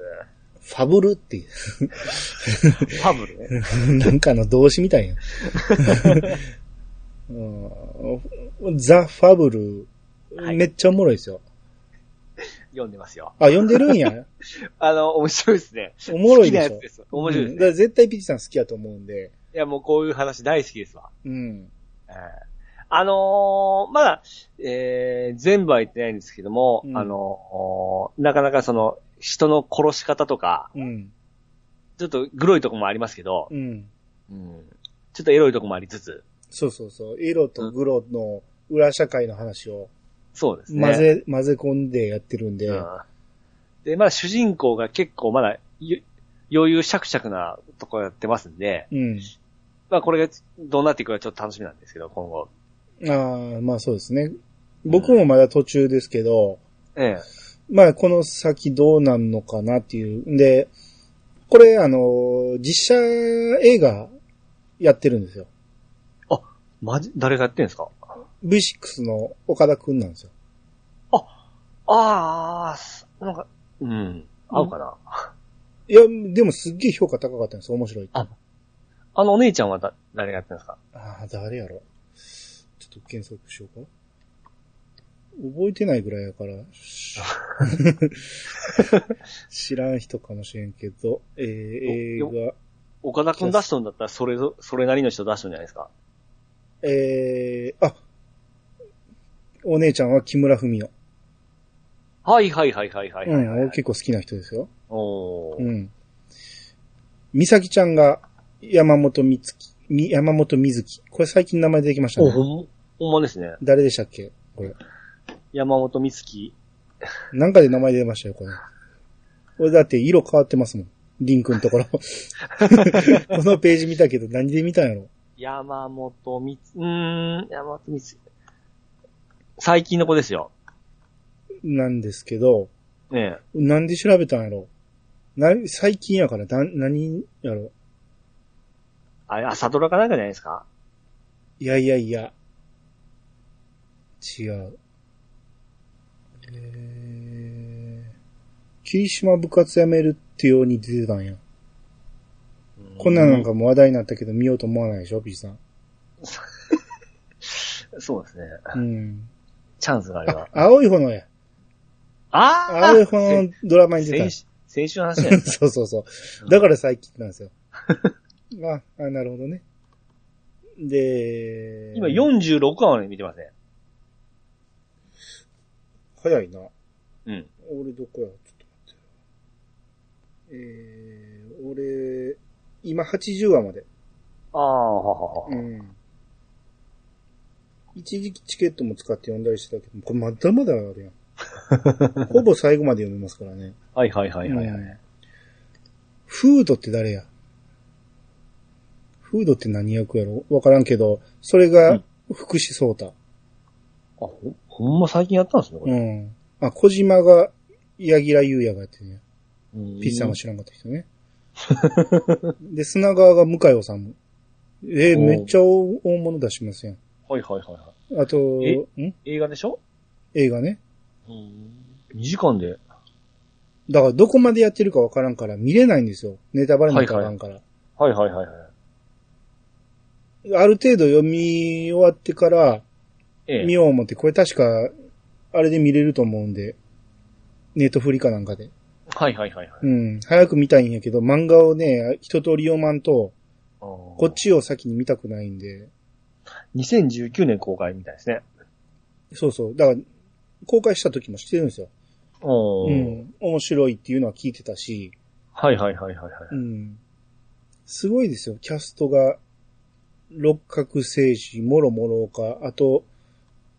ファブルっていう。 (laughs)
ございます。ファブルね。
なんかあの動詞みた
(laughs)
いな。うんザ・ファブル、
はい
めっちゃおもろいですよ。
読んでますよ。
あ、読んでるん
(laughs)
や。
あの、面白いですね。
おもろいでし
好きな
ょ
やつ。です。面白いです
うん
ね
だから絶対ピチさん好きやと思うんで。
いや、もうこういう話大好きですわ。
うん。
えーあのーまだ、えー全部は言ってないんですけども、
うん
あのーなかなかその、人の殺し方とか、
うん。
ちょっとグロいとこもありますけど、
うん。
うんちょっとエロいとこもありつつ、
そうそうそう。エロとグロの裏社会の話を
そうですね。
混ぜ、混ぜ込んでやってるんで。
うんで、まだ主人公が結構まだゆ余裕しゃくしゃくなとこやってますんで、
うん。
まあこれがどうなっていくかちょっと楽しみなんですけど、今後。
ああ、まあそうですね。僕もまだ途中ですけど、
ええ。
まあこの先どうなんのかなっていう。んで、これあの、実写映画やってるんですよ。
マジ、誰がやってんですか
V6 の岡田くんなんですよ。
ああ、なんか、うん、合うかな。
いや、でもすっげえ評価高かったんですよ。面白いって。
ああのお姉ちゃんはだ誰がやってんですか
ああ、誰やろ。ちょっと検索しようか。覚えてないぐらいやから、 (laughs) し知らん人かもしれんけど、えー、映
お
画、
岡田くん出しとんだったら、それぞ、それなりの人出しとんじゃないですか
えー、あ、お姉ちゃんは木村文乃。
はいはいはいはいはい、
う
はい
ん、俺結構好きな人ですよ。
おー
うん。美咲ちゃんが山本美月、み山本美月。これ最近名前出てきました
お、
ね。
ほん、ほんまですね。
誰でしたっけこれ。
山本美月。
なんかで名前出ましたよ、これ。これだって色変わってますもん。リンクのとこ
(laughs)
ろ。このページ見たけど何で見たんやろ。
山本みつ、うーん、山本みつ、最近の子ですよ。
なんですけど、
ね
なんで調べたんやろ。な、最近やから、な、何やろ。
え。あれ、朝ドラかなんかじゃないですか
いやいやいや。違う。えー、霧島部活やめるってように出てたんや。こんなんなんかもう話題になったけど見ようと思わないでしょ、B さん。
うんそうですね。
うん。
チャンスがあれば
あ、。青い炎や。
あー
青い炎のドラマに出た
(laughs) 先。週、先週の話じ
(laughs)
ゃないです
そうそうそう。だから最近なん
(laughs)
ですよ。あ、あなるほどね。で、
今46話まで見てますね。
早いな。
うん。
俺どこやちょっと待ってよ。えー、俺、今80話まで。
ああ、ははは。
うん。一時期チケットも使って読んだりしてたけど、これまだまだある
(laughs)
やん。ほぼ最後まで読めますからね。
はいはいはいはいは
う
い。
んフードって誰やフードって何役やろわからんけど、それ
う
が
ん
福士蒼太。
あ、ほん、ほんま最近やったんですね、こ
う
れ。
ん。あ、小島が、柳楽優也がやってね。
うん
ピッチさんが知らんかった人ね。で、砂川が向井さんも。えー
おう
めっちゃ大大物出しますやん。
はいはいはいは
あと、
え
ん
い。映画でしょ
映画ね。
うん。2時間で。
だからどこまでやってるかわからんから見れないんですよ。ネタバレになったらあかんから。
はいはいはいはい。
ある程度読み終わってから
ええ。
見よう思って、これ確か、あれで見れると思うんで。ネットフリかなんかで。
はいはいはいはい。
うん。早く見たいんやけど、漫画をね、一通り読まんと、こ
こ
っ。ちを先に見たくないんで。
2019年公開みたいですね。
そうそう。だから、公開した時もしてるんですよ。
お
う
ー
ん。面白いっていうのは聞いてたし、
はいはいはいはいはい。
うん。すごいですよ、キャストが。六角星児、もろもろか、あと、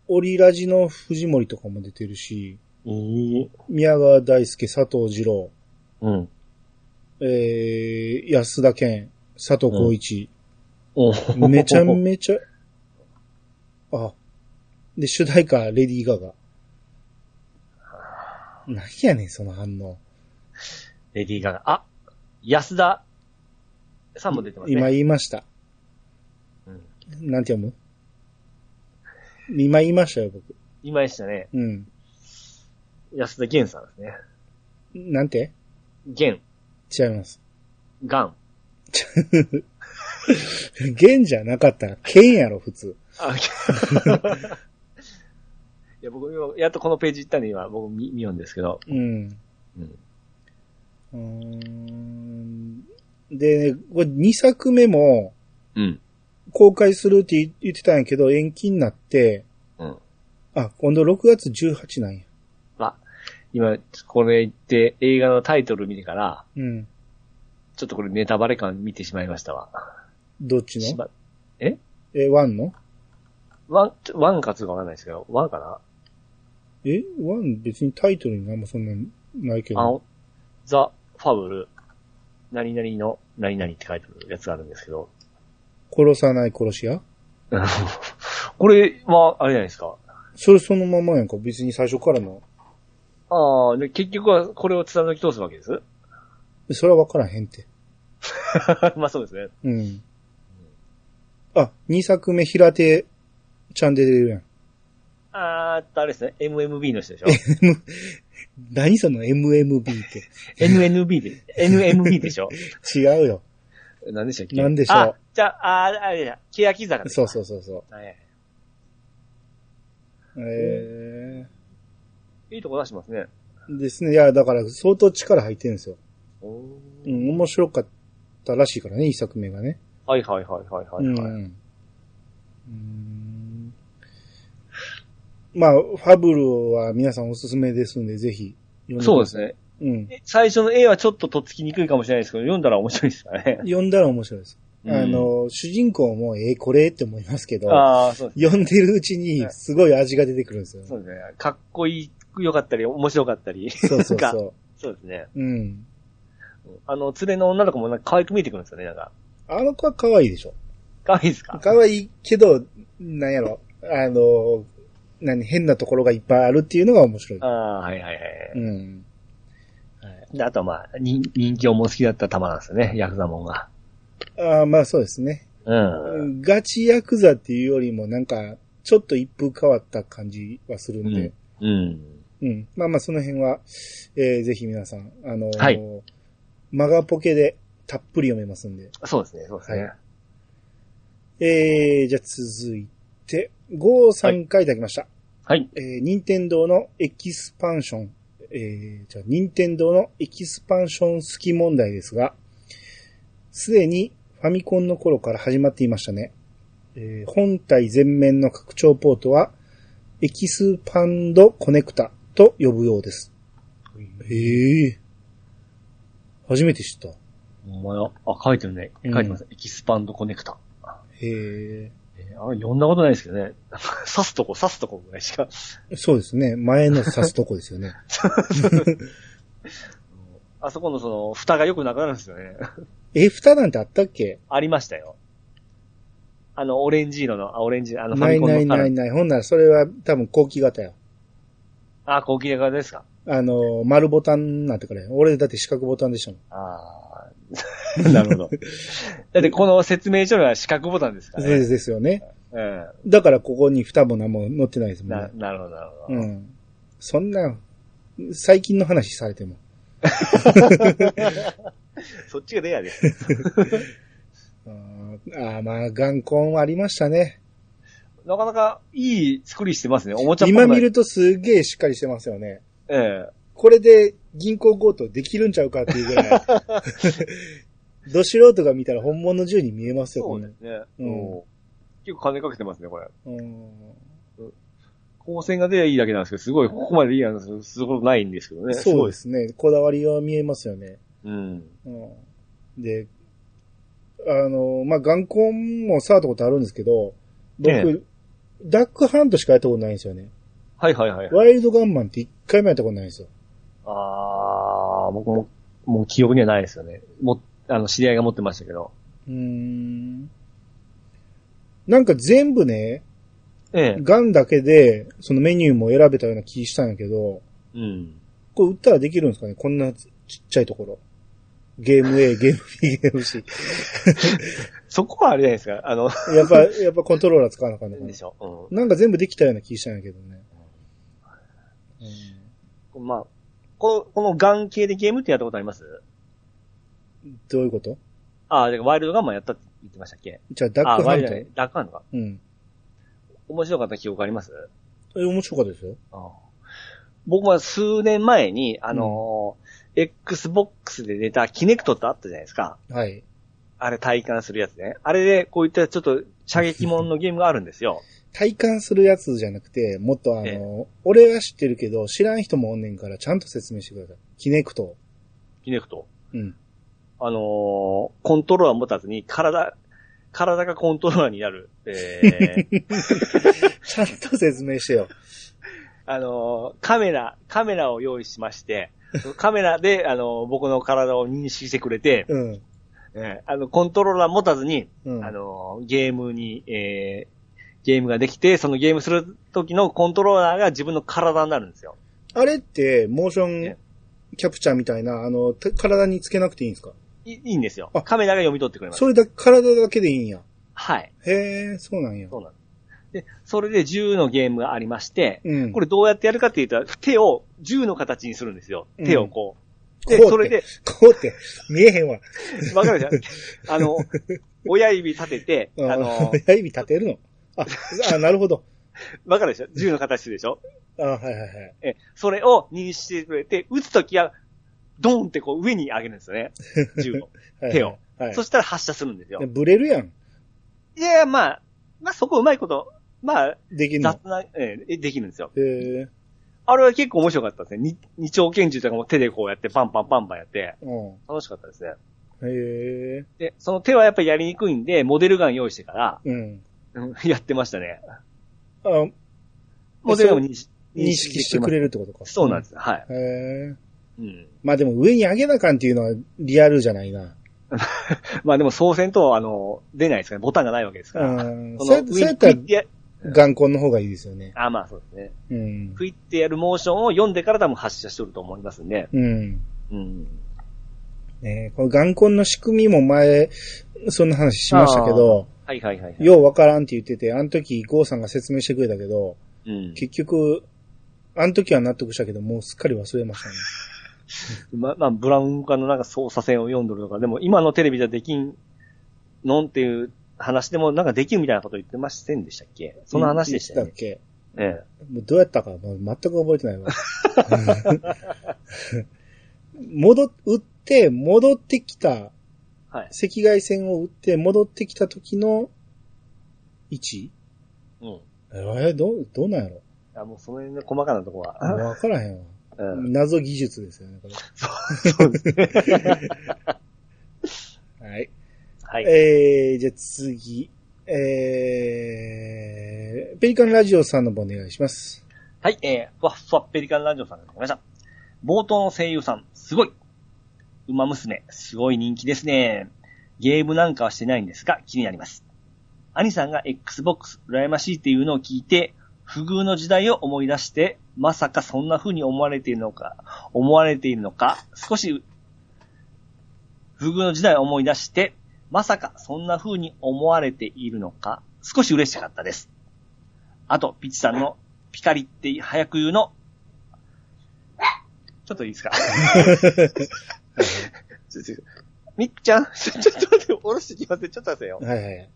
オリラジの藤森とかも出てるし、
いい。
宮川大輔、佐藤二郎、
うん。
えー、安田健、佐藤浩一、
おー
めちゃめちゃ、あ、で、主題歌、レディー・ガガ。何やねん、その反応。
レディーガガ。あ、安田さんも出てますね。
今言いました。
うん
なんて読む今言いましたよ、僕。
今でしたね。
うん。
安田玄さんですね。
なんて
玄、
違います。
ガン。
弦じゃなかったら、剣やろ、普通。
あ、いや、僕、今やっとこのページ行ったんで、今、僕見、見よんですけど。
うん。
うん。
うーんで、これ2作目も
うん。
公開するって言ってたんやけど、延期になって、
うん。
あ、今度6月18なんや。
あ、今、これ行って、映画のタイトル見てから、
うん。
ちょっとこれネタバレ感見てしまいましたわ。
どっち
し
の
まえ
え、ワンの
ワン、ちょワンかツーかわかんないですけど、ワンかな
え、ワン別にタイトルになんもそんなんないけど。
あの、ザ・ファブル、何々の何々って書いてあるやつがあるんですけど、 (laughs)
殺さない殺し屋
これは、あれじゃないですか。
それそのままやんか、別に最初からの。
ああ、で結局はこれを貫き通すわけです (laughs)
それは分からへんって。
まあそうですね。
うん。あ、2作目平手ちゃんで出るやん。
あーっと、あれですね。MMB の人 (laughs) でしょ
何その MMB って。
?NNB で、NMB でし (laughs) ょ
違うよ。
何でしたっけ
何でしょう
あ、じゃあ、あーあれだ、欅坂。
そうそううそうそ
はい、
う。え
いいとこ出してますね。
ー、ですね。いや、だから相当力入ってるんですよ。
おー
うん、面白かったらしいからね、1作目がね。
はいはいはいはいはい、はい
うん。うーんまあ、ファブルは皆さんおすすめですんで、ぜひ。
そうです。ね。
うん。
最初の A はちょっととっつきにくいかもしれないですけど、読んだら面白いですか
(laughs)
らね。
読んだら面白いです。
うん
あ、の、主人公も、えーこれって思いますけど、
ああ、そうです。
読んでるうちに、すごい味が出てくるんですよ。
そうですね。かっこいい、良かったり、面白かったり。 (laughs)
そうそう
なんか
そ
そうですね。
う。うん。
あの、連れの女の子もなんか可愛く見えてくるんですよね、なんか。
あの子は可愛いでしょ。
可愛いですか
可愛いけど、なんやろ、あの、何、変なところがいっぱいあるっていうのが面白い
あ。あ、はいはいはい。
うん。
であとはまあ、人人気をも好きだった玉なんですよね、ヤクザモンが。
ああ、まあそうですね。
うん。
ガチヤクザっていうよりもなんか、ちょっと一風変わった感じはするんで、
うん。
うん。まあまあその辺は、えーぜひ皆さん、あのー
はい
マガポケでたっぷり読めますんで。
そうですね、そうですね。
えー、じゃあ続いて、ゴーさんからいただきました。
はい。
えー、任天堂のエキスパンション、えー、じゃあ、任天堂のエキスパンション好き問題ですが、すでにファミコンの頃から始まっていましたね。えー本体全面の拡張ポートは、エキスパンドコネクタと呼ぶようです。
え
へえ。初めて知った。
お前は、あ、書いてるね。書いてます。エキスパンドコネクタ。
へ
えーあ、読んだことないですけどね。 (laughs) 刺すとこ、刺すとこぐらいしか。
え。そうですね。前の刺すとこです
(laughs)
よね。
あそこのその、蓋がよくなくなるんですよね。
え、蓋なんてあったっけ
ありましたよ。あの、オレンジ色の、あ、オレンジ、あの、フ
な
ァミ
い
コンの
ないないない。ほんならそれは多分後期型よ。
あ、高級型ですか
あの、丸ボタンなんてからや俺だって四角ボタンでしたもん。
ああ、 (laughs) な
(laughs)
るほど。だってこの説明書には四角ボタンですから
で
ね。
ですよね。
うん。
だからここに蓋も何も載ってないですもん
な
ね、。
なるほど、なるほど。
うん。そんな、最近の話されても。
そっちがレア
(laughs)
です。
あーあー、まあ、眼根ありましたね。
なかなかいい作りしてますね。おもちゃっぽくな
今
い
見。るとすげえしっかりしてますよね。
ええ
これで銀行強盗できるんちゃうかっていうぐ
(laughs)
らい。ど素人が見たら本物の銃に見えますよ、
そ
こ
う
れ
で。すね。
うん
うん結構金かけてますね、これ。
うん
光線が出りゃいいだけなんですけど、すごい、ここまでいいやつすることないんですけどね。
そうですすね。こだわりは見えますよね。
ごい。うん。
うん、で、あの、まあ、眼根も触ったことあるんですけど、僕、
ええ
ダックハントしかやったことないんですよね。
はいはいはい。
ワイルドガンマンって一回もやったことないんですよ。
ああ、僕も、もう記憶にはないですよね。も、あの、知り合いが持ってましたけど。
うーん。なんか全部ね、
ええ。
ガンだけで、そのメニューも選べたような気したんやけど、
うん。
これ打ったらできるんですかねこんなちっちゃいところ。ゲーム A、ゲーム B、ゲーム C。
そこはあれじゃないですか。あの、
やっぱ、やっぱコントローラー使わなあかんのかな
でしょ。
なんか全部できたような気したんやけどね。
うん。まあ、この、このガン系でゲームってやったことあります
どういうこと
ああ、だからワイルドガンマンやったって言ってましたっけ
じゃあ、ダッ
あ
ク
ーワ
ハ
イル
ン
ド
ト
じゃ。ないダックハントか。
うん。
面白かった記憶あります
え、面白かったですよ。
ああ僕は数年前に、あのー Xbox で出たキネクトってあったじゃないですか。
はい。
あれ体感するやつね。あれで、こういったちょっと射撃もんのゲームがあるんですよ。
体感するやつじゃなくて、もっとあ
え
の、俺は知ってるけど、知らん人もおんねんから、ちゃんと説明してください。キネクト。
キネクト。
うん。
あのーコントローラー持たずに体、体がコントローラーになる。え (laughs) ー
ちゃんと説明してよ。
あのーカメラ、カメラを用意しまして、カメラで、あのー僕の体を認識してくれて、
うん。
えーあの、コントローラー持たずに、
うん。
あのーゲームに、えーゲームができて、そのゲームする時のコントローラーが自分の体になるんですよ。
あれって、モーション
え
キャプチャーみたいな、あの、た体につけなくていいんですか
いいいんですよ
あ。
カメラが読み取ってくれます。
それだ、体だけでいいんや。
はい。
へえ、そうなんや。
そうなんです。で、それで銃のゲームがありまして、
うん。
これどうやってやるかって言ったら、手を銃の形にするんですよ。
うん
手をこう。
こうっ
で、
て
それで、
こうって、見えへんわ。
わかるじゃん。あの、親指立てて、
うん
あ
(laughs)
の、
親指立てるの。あ、あなるほど。
わかるでしょ銃の形でしょ
あはいはいはい。
え、それを認識してくれて、撃つときは、ドーンってこう上に上げるんですよね。銃を。
(laughs) はい
手を。
はい
そ。したら発射するんですよ
で。ブレるやん。
いやいや、まあ、まあそこうまいこと、まあ、
できんの
雑。な、えーできるんですよ。
へえ。あ
あれは結構面白かったですね。に二丁拳銃とかも手でこうやってパンパンパンパンやって、
うん。
楽しかったですね。
へえ。
で、その手はやっぱりやりにくいんで、モデルガン用意してから、
うん。
うん (laughs) やってましたね。
あ、
モデルガンを認識
認識してくれるってことか。
そうなんです。はい。
す。へえ。
うん。
まあでも上に上げなあかんっていうのはリアルじゃないな。
まあでも、総選とは、あの、出ないですから、ボタンがないわけですか
う
ら。
ん。
そ
そうや
の
そうや
上
っ
に
た
ク
ら
イッてや、
眼根の方がいいですよね。
あ、まあそうですね。
うん。
クイッてやるモーションを読んでから多分発射しとると思いますんで。
うん。
うん。
ねこの眼根の仕組みも前、そんな話しましたけど、
はいはいはい、はい。
ようわからんって言ってて、あの時、ゴーさんが説明してくれたけど、
うん。
結局、あの時は納得したけど、もうすっかり忘れましたね。
ままあ、ブラウン化のなんか操作線を読んどるとか、でも今のテレビじゃできんのんっていう話でもなんかできるみたいなこと言ってませんでしたっけその話でした
だ
よね
っ。け
ええ。
もうどうやったか、もう全く覚えてない
(laughs)
わ。戻っ、打って、戻ってきた、
はい。
赤外線を打って戻ってきた時の位置
うん。
えー、どう、どうなんやろ
あ、もうその辺の細かなとこは。
わからへんわ。
うん。 (laughs)
謎技術ですよね、こ
そうですね。
れ。はい。
はい。
えー、じゃあ次。えー、ペリカンラジオさんの方お願いします。
はい、えー、ふわっふわっペリカンラジオさんが来ました。冒頭の声優さん、すごい。馬娘、すごい人気ですね。ゲームなんかはしてないんですが、気になります。兄さんが Xbox 羨ましいっていうのを聞いて、不遇の時代を思い出して、まさかそんな風に思われているのか、思われているのか、少し、不遇の時代を思い出して、まさかそんな風に思われているのか、少し嬉しかったです。あと、ピッチさんのピカリって早く言うの。ちょっといいですかちょっとみっちゃん、ちょちょっと待って、おろしてきますね。ちょっと待ってよ。 (laughs)
はいはい。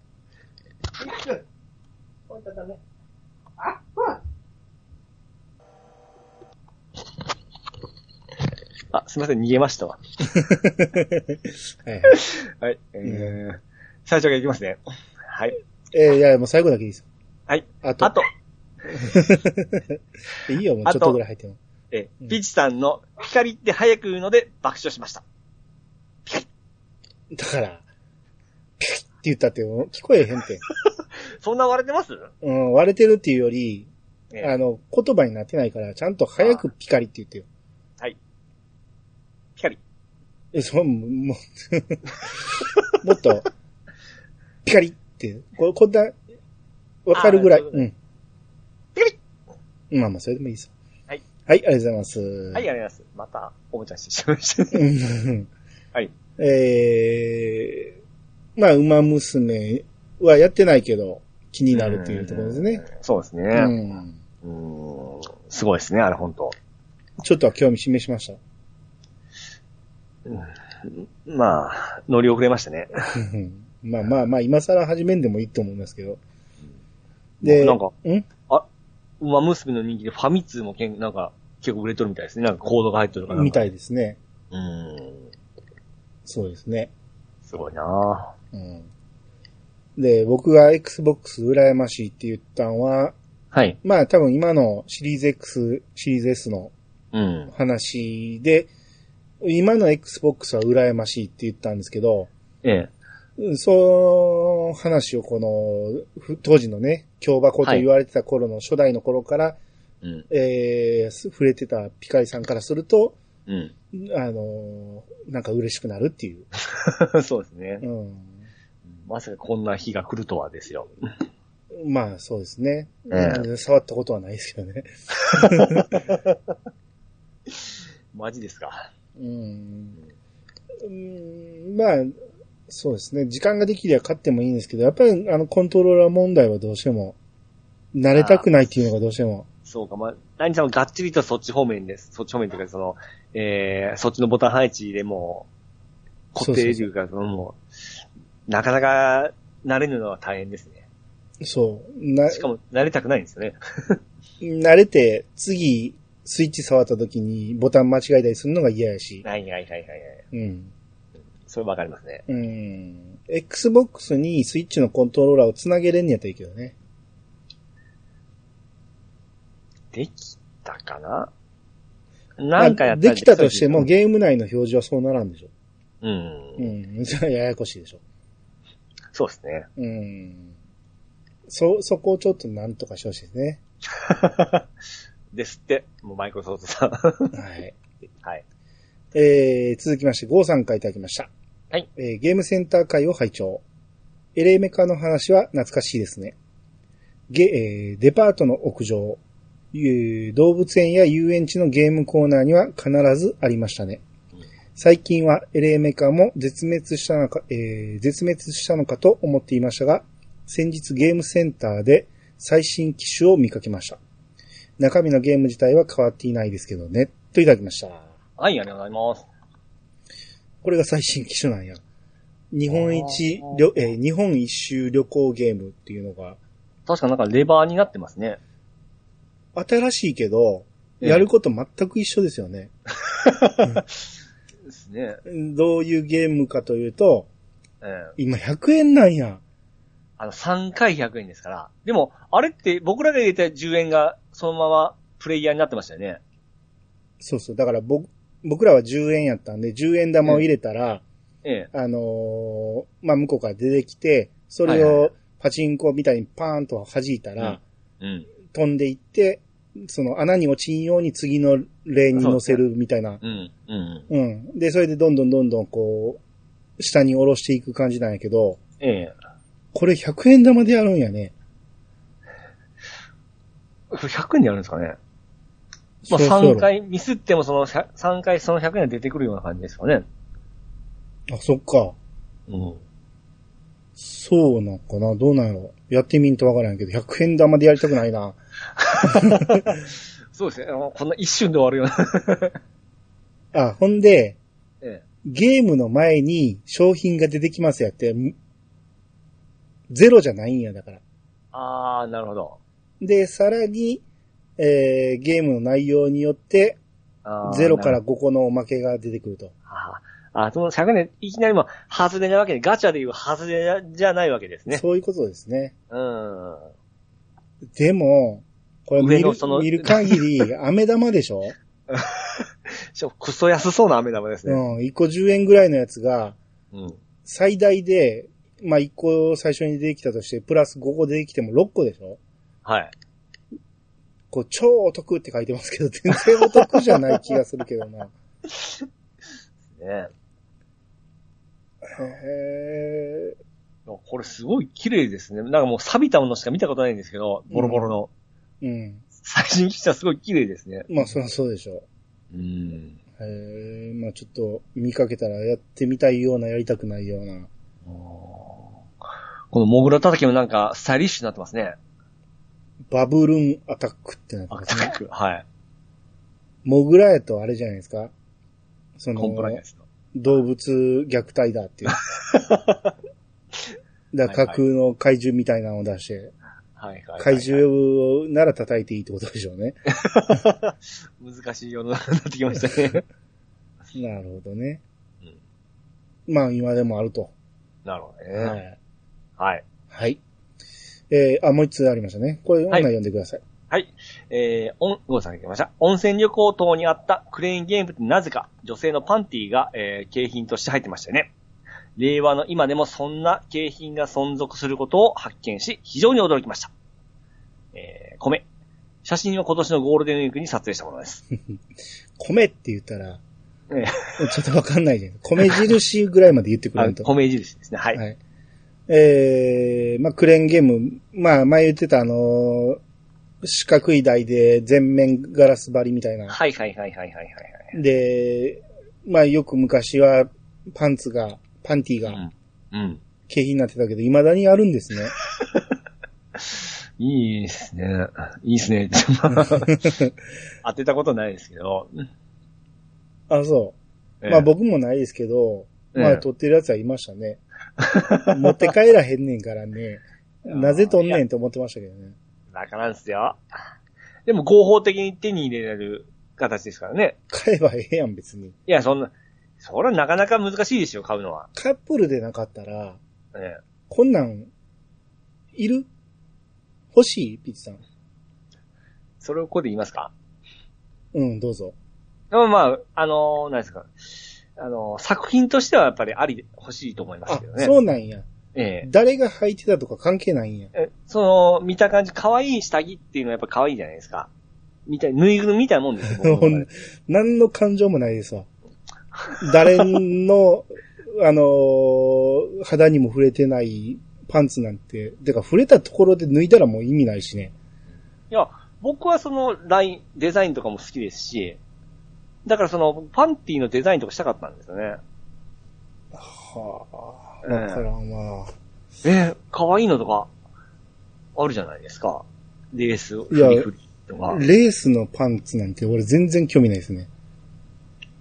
あ、すみません、逃げました
は
わ。
いはい、
はい。えー、最初からいきますね。はい。
えー、いや、もう最後だけいいですよ。
はい。
あと。
あと、
いいよ、もうちょっとぐらい入っても。
え
う
ー、
ん
ピチさんのピカリって早く言うので爆笑しました。
だから、ピキッって言ったって聞こえへんって。
そんな割れてます
うん、割れてるっていうより、
え
あ
ー、
の、言葉になってないから、ちゃんと早くピカリって言ってよ。
ピカリ。
え、そう、もう、 (laughs) もっと、ピカリって、ここんな、わかるぐらい。
あー
うん。
ピカリ
まあまあ、それでもいいです。
はい。
はい、ありがとうございます。
はい、あ
(laughs)
りがとうございます。また、おもちゃにしてしまいました。
うん
はい。
えー、まあ、馬娘はやってないけど、気になるっていうところですね。
うん。そうです
う
ね。
ん。
うん。すごいですね、あれ、本当
ちょっとは興味示しました。
まあ、乗り遅れましたね。
うん (laughs) まあまあまあ、今更始めんでもいいと思いますけど。
なんか、
ん
馬娘の人気でファミ通もけんなんか、結構売れとるみたいですね。なんかコードが入ってるとかなんか。
みた
い。
いですね。
うん。
そうですね。
すごいな
うん。で、僕が Xbox 羨ましいって言ったんは、
ぁはい。
まあ多分今のシリーズ X、シリーズ S の
うん。
話で、今の Xbox は羨ましいって言ったんですけど、
ええ。
うんその話をこの、ふ当時のね、京箱と言われてた頃の初代の頃から、
うん。
えーす触れてたピカリさんからすると、
う
あのーなんか嬉しくなるっていう。
ん。 (laughs) そうですね。
うん
まさかこんな日が来るとはですよ。
まあ、そうですね、
え
触ったことはないですけどね。
マジですか。
うん。うんまあ、そうですね。時間ができれば買ってもいいんですけど、やっぱりあの、コントローラー問題はどうしても、慣れたくないっていうのがどうしても。
そうか、まあ、何さんもがっちりとそっち方面です。そっち方面というか、その、えー、そっちのボタン配置でもう、固定というか、そのもう、なかなか慣れるのは大変ですね。
そう。な、
しかも、慣れたくないんですよね。
慣れて、次、スイッチ触った時にボタン間違えたりするのが嫌やし。
はいはいはいはいはい。
うん。
それわかりますね。
うん。Xbox にスイッチのコントローラーをつなげれんやったらいいけどね。
できたかななんかやった
で
ら
きたとしても
そうです
ゲーム内の表示はそうならんでしょ。
う。
うんん。じゃあややこしいでしょ。
そうですね。 (laughs)
うん。そ、そこをちょっとなんとかしてほしいですね。
ですって、もうマイクロソフトさん。 (laughs) は
はい。
い。
えー、続きまして、ゴーさんからいただきました。
はい。
えー、ゲームセンター会を拝聴。エレメカの話は懐かしいですね。ゲ、えーデパートの屋上、ゆ動物園や遊園地のゲームコーナーには必ずありましたね
うん。
最近はエレメカも絶滅したのか、えー絶滅したのかと思っていましたが、先日ゲームセンターで最新機種を見かけました。中身のゲーム自体は変わっていないですけどね、といただきました。
はい、ありがとうございます。
これが最新機種なんや。日本一
あー
旅、えー日本一周旅行ゲームっていうのが、
確かなんかレバーになってますね。
新しいけど、
ええ
やること全く一緒ですよね。
ですね。
どういうゲームかというと、
ええ
今100円なんや。
あの、3回100円ですから。でも、あれって僕らが入れた10円が、そのままプレイヤーになってましたよね。
そうそう。だから僕、僕らは10円やったんで、10円玉を入れたら、
ええ。
あのーまあ、向こうから出てきて、それ
はいはい
をパチンコみたいにパーンと弾いたら、
うん。
飛んでいって、その穴に落ちんように次のレーンに乗せるみたいな。
うん。うん。
うん。で、それでどんどんどんどんこう、下に下ろしていく感じなんやけど、
ええ。
これ100円玉でやるんやね。
これ100円でやるんですかね。まあ、
そうそうやろ
3。回ミスってもその100 3回その100円が出てくるような感じですかね。
あ、そっか。
うん。
そうなんかなどうなんやろやってみんとわからんけど、100円玉でやりたくない
(laughs)
な。
そうですね。あのこんな一瞬で終わるような。 (laughs)
あ、ほんで、
え
ゲームの前に商品が出てきますやって、むゼロじゃないんや、だから。
あー、なるほど。
で、さらに、えーゲームの内容によって、
あー
ゼロから
なる
5個のおまけが出てくると。
ほどあーあー、その100円、いきなりもう、外れなわけで、ガチャで言う外れじゃないわけですね。
そういうことですね。
うん。
でも、これ見
上の
る
その
見る限
(laughs)
り、飴玉でしょ、
しかもクソ安そうな飴玉です
う
ね。
ん、1個10円ぐらいのやつが、
うん。
最大で、まあ、1個最初に出てきたとして、プラス5個出てきても6個でしょ
はい。
こう、超お得って書いてますけど、全然お得じゃない気がするけどな。
ね
へー
これすごい綺麗ですね。なんかもう錆びたものしか見たことないんですけど、ボロボロの。
うん。
最新機種はすごい綺麗ですね。
まあ、そりゃそうでしょ
うん。
う。へーまあ、ちょっと、見かけたらやってみたいような、やりたくないような。
このモグラ叩きもなんかスタイリッシュになってますね。
バブルンアタックってなって
ア
ます
タッ
ね。
ク。はい。
モグラやとあれじゃないですかその
コンプライアンスの。
動物虐待だ
(laughs)
っていう。だから架空の怪獣みたいなのを出して、
はいはいはい。
怪獣なら叩いていいってことでしょうね。
難しい世の中になってきました
(laughs)
ね。
なるほどね。まあ今でもあると。
なるほど
は
ね。
い。
はい。
はい。えー、あ、もう一通ありましたね。これ、女
はい
読んでください。
はい。えー、おん、ごさんが来ました。温泉旅行等にあったクレーンゲームってなぜか女性のパンティーが、えー景品として入ってましたよね。令和の今でもそんな景品が存続することを発見し、非常に驚きました。えー、米。写真は今年のゴールデンウィークに撮影したもの
(laughs)
です。
米って言ったら、
え
ちょっとわかんないじゃん。米印ぐらいまで言ってくれ
あ
ると。
米印ですね。はい。
はい。えー、まあ、クレーンゲーム、まあ、前言ってたあのー四角い台で全面ガラス張りみたいな。
はいはいはいはいはいはいはい。
で、まあ、よく昔はパンツが、パンティが
うん。うん。
景品になってたけど、未だにあるんですね。
(laughs) いいですね。いいです
(laughs)
ね。当てたことないですけど。
あ、そう。まあ、僕もないですけど、
ええ
まあ、撮ってるやつはいましたね。持って帰らへんねんから
(laughs)
ね。なぜ撮んねんと思ってましたけどね。
バカなんですよ。でも合法的に手に入れられる形ですからね。
買えばええやん、別に。
いや、そんな、それはなかなか難しいですよ、買うのは。
カップルでなかったら、
え
こんなん、いる欲しいピッチさん。
それをここで言いますか
うん、どうぞ。
でもまあ、あのー、何ですか。あのー、作品としてはやっぱりありで欲しいと思います
あ
けど、ね。
そうなんや。
ええ
誰が履いてたとか関係ないんや。
えその、見た感じ、可愛い下着っていうのはやっぱ可愛いじゃないですか。みたい、ぬいぐるみみたいなもんですよ、
(laughs)
僕の中で
何の感情もない
(laughs)
ですわ。誰の、あのー肌にも触れてないパンツなんて、てか触れたところで脱いだらもう意味ないしね。
いや、僕はそのライン、デザインとかも好きですし、だからその、パンティのデザインとかしたかったんですよね。
は
あわ
だ
か
からまあ、
えー、可愛いのとか、あるじゃないですか。レース、フ
いや
リフリとか。ああー、で
レースのパンツなんて俺全然興味ないですね。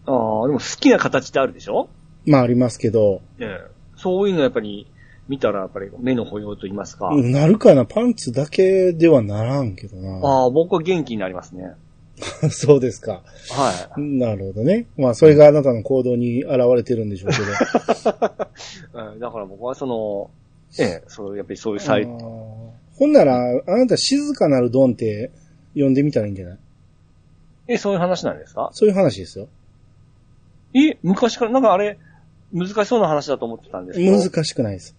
も好きな形ってあるでしょ
まあありますけど、
ええそういうのやっぱり、見たらやっぱり目の保養と言いますか。
なるかなパンツだけではならんけどな。
ああ、僕は元気になりますね。
(laughs) そうですか。
はい。
なるほどね。まあ、それがあなたの行動に現れてるんでしょうけど。
うんだから僕はその、ええ、そう、やっぱりそういうサイ
あーほんなら、あなた静かなるドンって読んでみたらいいんじゃない
え、そういう話なんですか
そういう話ですよ。
え、昔から、なんかあれ、難しそうな話だと思ってたんですけど。
難しくないです。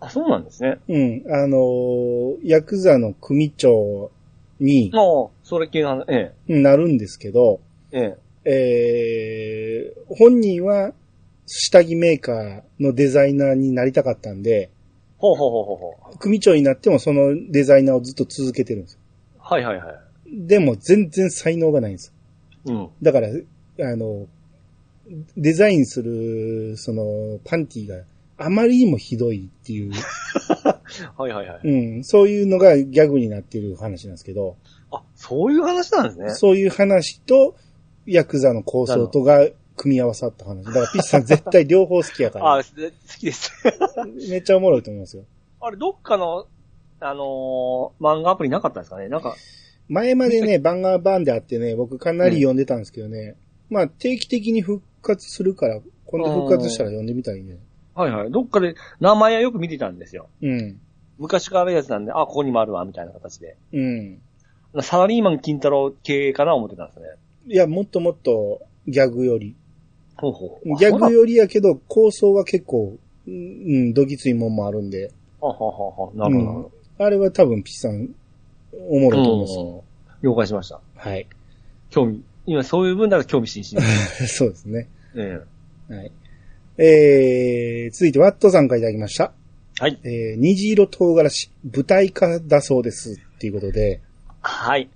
あ、そうなんですね。
うん。あのーヤクザの組長に
もう、それ系の話、え
なるんですけど、
え、え
えー本人は下着メーカーのデザイナーになりたかったんで、
え。ほうほうほうほうほう。
組長になってもそのデザイナーをずっと続けてるんです。
はいはいはい。
でも全然才能がないんです。
うん。
だから、あの、デザインする、その、パンティがあまりにもひどいって
(laughs)
いう、
はいはいはい。
うん、そういうのがギャグになってる話なんですけど、
あ、そういう話なんですね。
そういう話と、ヤクザの構想とが組み合わさった話。だから、ピッチさん絶対両方好きやか
(laughs) あ、
ら、
す好きです。 (laughs)
めっちゃおもろいと思いますよ。
あれ、どっかの、あのー漫画アプリなかったんですかねなんか、
前までね、バンガーバンであってね、僕かなり読んでたんですけどね、まあ、定期的に復活するから、今度復活したら読んでみたらいいね。
はいはい。どっかで、名前はよく見てたんですよ。
うん。
昔からあるやつなんで、あ、ここにもあるわ、みたいな形で。
うん。
サラリーマン金太郎系かな思ってたんですね。
いや、もっともっとギャグより。
ほうほう。
ギャグ
よ。
よりやけど、構想は結構、うんうん、どぎついもんもあるんで、
あはははなるほどなるほ
あれは多分ピッチさん、おもろいと思いますよ。
ど。うん了解しました。
はい。 (laughs)
興味。今そういう分だら興味津 (laughs) 々です。
そうですね。
え
はい。えー、続いてワットさんからいただきました。
えはい。
えー、虹色唐辛子、舞台化だそうです。っていうことで。
はい。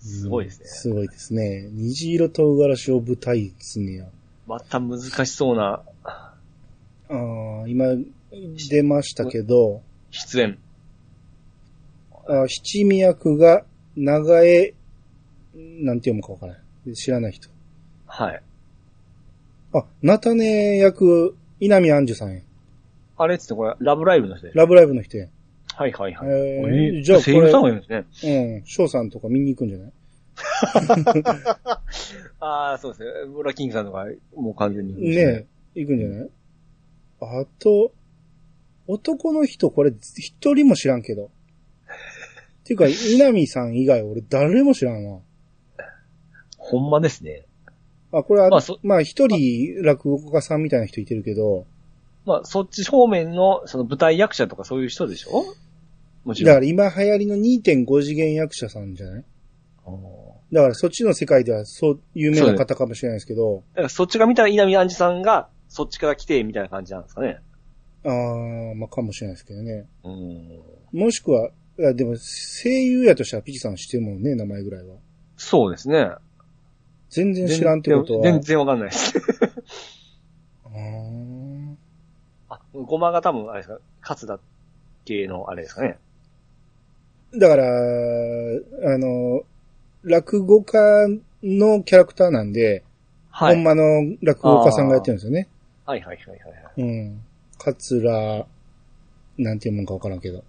すごいですね
すごいですね。虹色唐辛子を舞台すんねや。
また難しそうな
あー今、出ましたけど、
出演。
あ七味役が長江、なんて読むかわからない。知らない人。
はい。
あ、菜種役、稲見杏樹さんや。
あれっつってこれ、ラブライブの人です。
ラブライブの人や。
はいはいはい。
えー
えー
じゃあこ
声
れ
優さんがいるんです
う
ね。
ん。翔さんとか見に行くんじゃない
ああ、そうですね。ブラキングさんとか、もう完全にいるんです。
ねえ、行くんじゃないあと、男の人、これ、一人も知らんけ
(laughs)
ど。っていうか、稲見さん以外、俺、誰も知らんわ。
ほんまですね。
あ、これは、
まあそ
まあ、一人、落語家さんみたいな人いてるけど、
まあ、そっち方面の、その舞台役者とかそういう人でしょもち
だか
ろん。
ら今流行りの2.5次元役者さんじゃない
あー
だからそっちの世界ではそう、有名な方かもしれないですけど、
だからそっちが見たら稲見杏樹さんが、そっちから来て、みたいな感じなんですかね。
あー、まあかもしれないですけどね。
うーん。
もしくは、あでも声優やとしたらピチさんしてるもんね、名前ぐらいは。
そうですね。
全然知らんってことは。
全然わかんないです。 (laughs)
あー
あ、ごまが多分、あれですか、勝田系のあれですかね。
だから、あの、落語家のキャラクターなんで、
はい。
ほんまの落語家さんがやってるんですよね。
はいはいはいはいはい。
うん。桂、なんていうもんかわからんけど。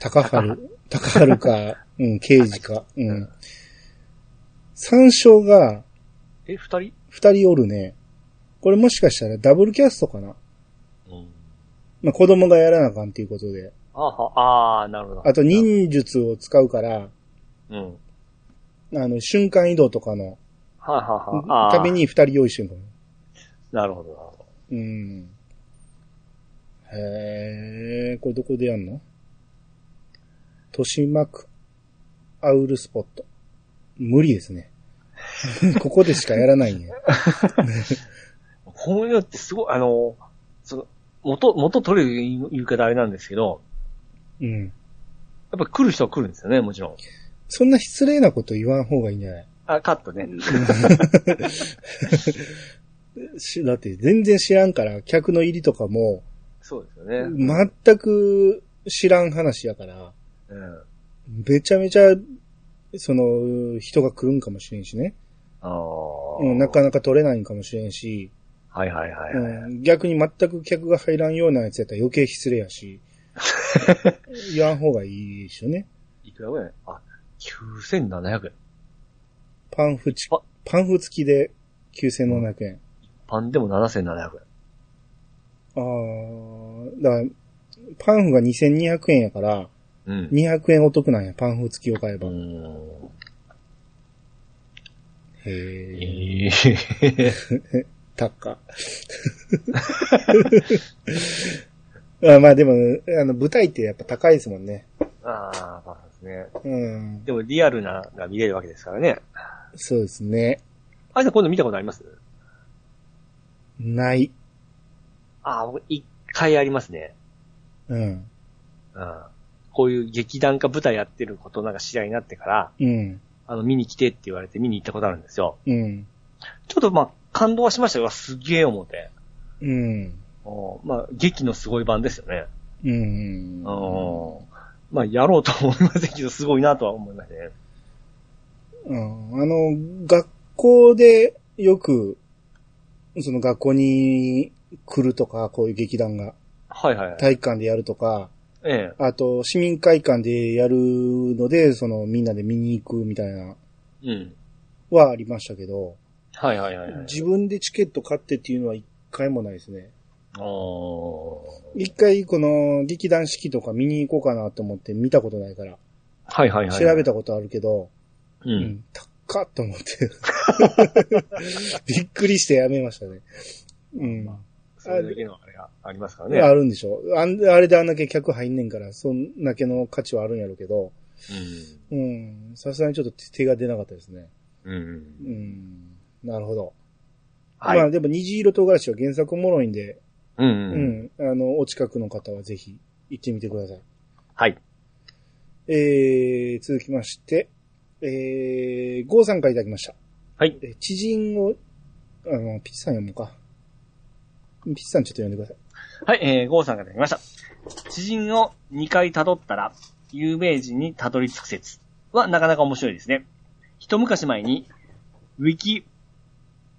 高春、
(laughs)
高春か、うん、刑事か、うん。三章が
え、二人
二人おるね。これもしかしたらダブルキャストかな
うん。
まあ、子供がやらなあかんっていうことで。
あは、あー、なるほど。
あと、忍術を使うから、
うん。はい
あの、瞬間移動とかの、
はいはい。あー
ため。に二人用意してるの。
なるほどなるほど。
うん。へえ、これどこでやんの豊島区、アウルスポット。無理ですね。 (laughs) ここでしかやらないね。
こういうのってすごい、あの、その、元、元取れる言い言い方あれなんですけど、
うん。
やっぱ来る人は来るんですよね、もちろん。
そんな失礼なこと言わん方がいいんじゃない
あ、カットね。
しだって全然知らんから、客の入りとかも、
(laughs) そうですよね。
全く知らん話やから、
うん。あ
めちゃめちゃ、その、人が来るんかもしれんしね。
あ。
うん、なかなか取れないんかもしれんし。
はいはいはい。はい
うん、逆に全く客が入らんようなやつやったら余計失礼や
(laughs)
し、言わん方がいいでしょね。
いくらぐらいあ、9700円。
パンフチ
あ、
パンフ付きで9700円。
パンでも7700円。
ああーだから、パンフが2200円やから、
うん。
200円お得なんや、パンフ付きを買えば。
う
へ
ん。
え、
ええ。
たっか。 (laughs) あまあでも、あの、舞台ってやっぱ高いですもんね。
(laughs) ああ、そうですね。
うん。
でもリアルなが見れるわけですからね。
そうですね。
あいさん今度見たことあります
ない。
ああ、僕一回ありますね。
うん。
うん。こういう劇団か舞台やってることなんか知り合いになってから、
うん。
あの、見に来てって言われて見に行ったことあるんですよ。
うん。
ちょっとまあ、感動はしましたよ。うわすげえ思って。
うん。
おまあ、劇のすごい版ですよね。
うん。
うん。まあ、やろうとは思いませんけど、すごいなとは思いましたね。
うんあの、学校でよく、その学校に来るとか、こういう劇団が、
はいはいはい。
体育館でやるとか、
ええ。
あと市民会館でやるので、そのみんなで見に行くみたいな、
うん。
はありましたけど、
はいはいはいはい。
自分でチケット買ってっていうのは一回もないですね。
おー
一回この劇団四季とか見に行こうかなと思って見たことないから、
はいはいはい。
調べたことあるけど、
う。
うんん、高っと思って。
(laughs)
びっくりしてやめましたね。うん。
まそれだけのあれがありますからね。
あるんでしょあんあれであんだけ客入んねんから、そんだけの価値はあるんやろうけど、うん。さすがにちょっと手が出なかったですね。
うん。うん。
うん。なるほど。
はい。
まあでも虹色唐辛子は原作おもろいんで、
う
う
んうん。
ん、あの、お近くの方はぜひ行ってみてください。
はい。
えー、続きまして、えー、ゴーさんからいただきました。
はい。
えー知人を、あの、ピッチさん読むか。ピッチさんちょっと読んでください。
はい、えー、ゴーさんがいただきました。知人を2回辿ったら、有名人に辿り着く説はなかなか面白いですね。一昔前に、ウィキ、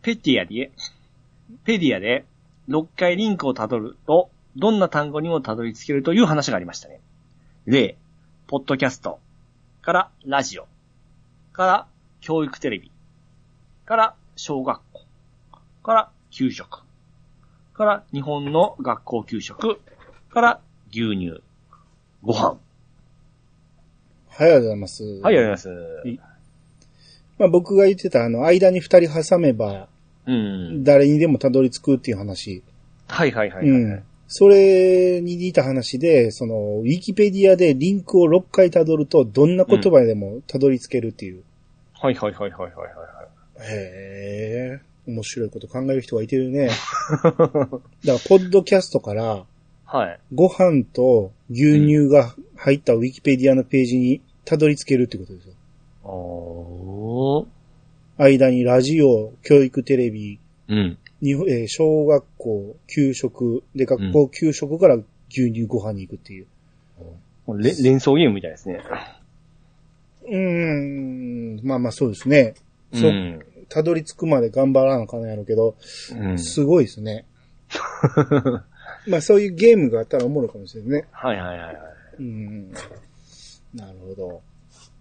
ペティアで、ペディアで、6回リンクを辿ると、どんな単語にも辿り着けるという話がありましたね。例、ポッドキャスト、からラジオ、から教育テレビ、から小学校、から給食、から日本の学校給食、から牛乳、ご飯。
はい、ありがとうございます。は
はい、ありがとうござい
い
ます。
まあ、僕が言ってた、あの、間に二人挟めば、
うん。
誰にでもたどり着くっていう話。
はいはいはい、
う
はい
ん。それに似た話で、その、ウィキペディアでリンクを6回たどると、どんな言葉でもたどり着けるっていう。
はいはいはいはいはいは
へえ、面白いこと考える人がいてるね。 (laughs)
い。
だから、ポッドキャストから、
はい。
ご飯と牛乳が入ったウィキペディアのページにたどり着けるってことですよ。
おー。
間にラジオ、教育テレビ、
うん。
に、えー小学校、給食、で、学校、給食から牛乳ご飯に行くっていう。
れ連想ゲームみたいですね。
うーん、まあまあそうですね。そう
うん。
たどり着くまで頑張らなあかんやろうけど、
うん。
すごいですね。まあそういうゲームがあったらおもろいかもしれないね。
はいはいはいはい。
うん。なるほど。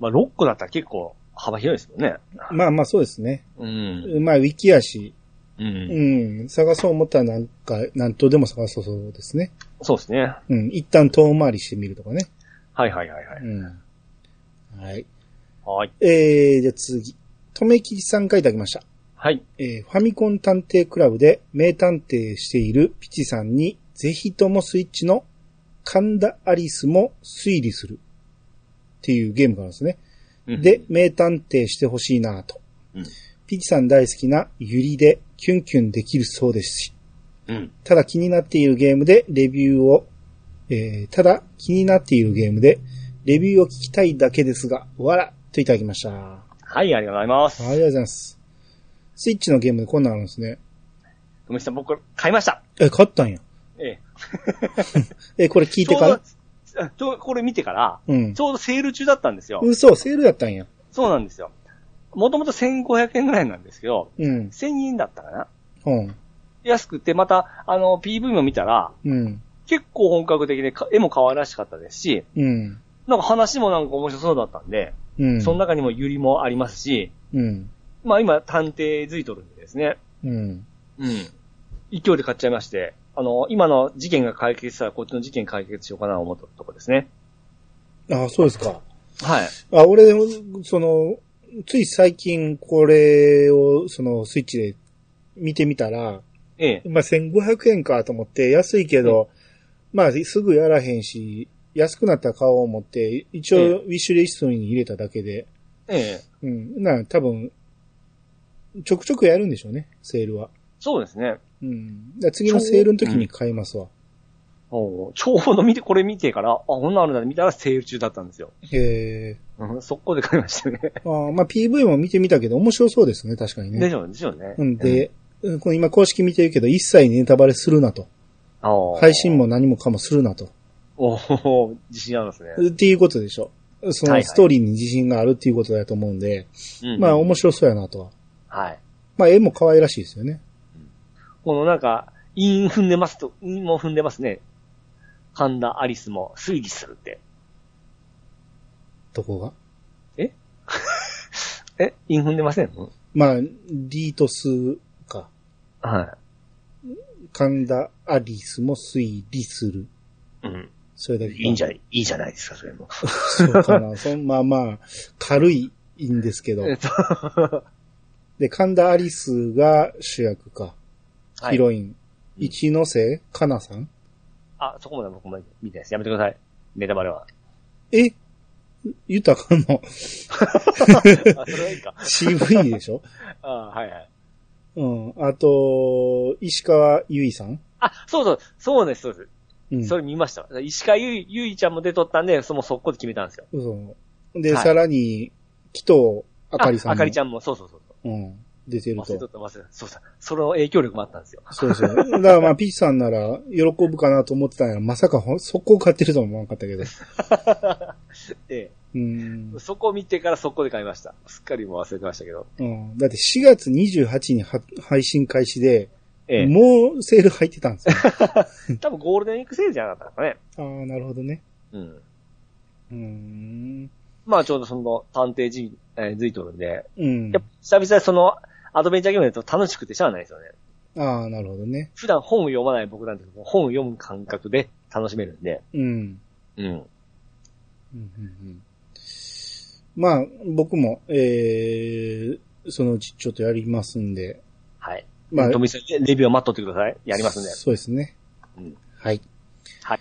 まあ、6個だったら結構幅広いですもんね。
まあまあそうですね。
うん。
まあウィキやし、
う。
うんん、探そう思ったらなんか、なんとでも探そうそうですね。
そうですね。
うん、一旦遠回りしてみるとかね。
はいはいはいは
う
い。
ん。はい。
はい。
えー、じゃあ次。とめきりさんからいただきました。
はい。
えーファミコン探偵クラブで名探偵しているピチさんに、ぜひともスイッチの神田アリスも推理するっていうゲームがあるんですね。
うん
で、、名探偵してほしいなぁと。
うん
ピチさん大好きなユリでキュンキュンできるそうですし、
うん。
ただ気になっているゲームでレビューを、えーただ気になっているゲームでレビューを聞きたいだけですが、わらといただきました。あ
はい、ありがとうございます
り。がとうございます。スイッチのゲームでこんなんあるんですね。
とめきさん、僕、買いました。
え、買ったんや。
ええ。
え、これ聞いてから
ちょうどちょうどこれ見てから、
うん
ち。ょうどセール中だったんですよ。
嘘、セールだったんや。
そうなんですよ。もともと1500円ぐらいなんですけど、
うん。
1000円だったかな
うん。
安くて、また、あの、PV も見たら、
うん。
結構本格的で、か絵も可愛らしかったですし、
うん。
なんか話もなんか面白そうだったんで、
うん。
その中にもユリもありますし、
うん。
まあ今、探偵づいとるんでですね、
うん。
うん。勢いで買っちゃいまして、あの、今の事件が解決したら、こっちの事件解決しようかなと思ったとこですね。
ああ、そうですか。
はい。
あ、俺、その、つい最近これを、その、スイッチで見てみたら、
ええ。
まあ、1500円かと思って、安いけど、まあ、すぐやらへんし、安くなった顔を持って、一応、
ええ
ウィッシュリストに入れただけで、
ええ。
うん、な、多分、ちょくちょくやるんでしょうね、セールは。
そうですね。
うん。だから次のセールの時に買いますわ。
おうちょうど見て、これ見てから、あ、こんなのあるんだ、見たらセール中だったんですよ。
え
うん、速攻で買いましたね。
ー、あーまあ、PV も見てみたけど、面白そうですね、確かに
で
ね。
しょうね、でしょうね。
うんで、うんこの今公式見てるけど、一切ネタバレするなと。
うん、
配信
も。
も何もかもするなと。
おお自信あるんですね。
っていうことでしょ。その
はいはい
ストーリーに自信があるっていうことだと思うんで、
うん、
まあ面白そうやなとは。
はい。
まあ絵も可愛らしいですよね。
このなんか、陰踏んでますと、陰も踏んでますね。神田アリスも推理するって。
どこが。
え陰踏んでませんうん
まあ、リートスか、
は
神田アリスも推理する。
い。うん。
それだけ。
いいんじゃ
ない
ない、いいじゃないですか、それも。
そうかな。そんまあまあ、軽いんですけど
え。っと、
で、神田アリスが主役か。ヒ
い。
ロイン。
うん
一ノ瀬かなさん
あ、そこまで僕も見てないです。やめてください。ネタバレは。 (laughs)
え言ったらあかん (laughs) の
あ、それはいいか。
?CV でしょ
あはいはい。
うん。あと、石川由依さん
あ、そうそう、そうです、そうです。
うん。
それ見ました。石川ゆい、ゆいちゃんも出とったんで、その速攻で決めたんですよ。
そう。で、
はい
さらに、紀藤あかりさんも。
あかりちゃんも、そうそうそうそう。
うん。出てる
忘れ
と。
とった、忘れとった。そうそう。その影響力もあったんですよ。
そうそう。だからまあ、ピーチさんなら、喜ぶかなと思ってたんやら、まさかほん、速攻買ってるとは思わなかったけど。
え
うん
え。。そこを見てから速攻で買いました。すっかりもう忘れてましたけど。
うん。だって4月28日には配信開始で、
ええ。
もうセール入ってたんですよ。
多分ゴールデンウィークセールじゃなかったのかね。
ああ、なるほどね。
うん。
うん。
まあちょうどその探偵じ、えー、づいてるんで、
うん
やっ。ぱ久々にそのアドベンチャーゲームだと楽しくてしゃあないですよね。
ああ、なるほどね。
普段本を読まない僕なんてもう本を読む感覚で楽しめるんで。
うん。
うん。
うんうんうんまあ、僕も、えー、そのうちちょっとやりますんで。
はい。
まあ、
富井さん、レビューを待っとってください。やりますんで。
そうですね。
うん
はい。
はい。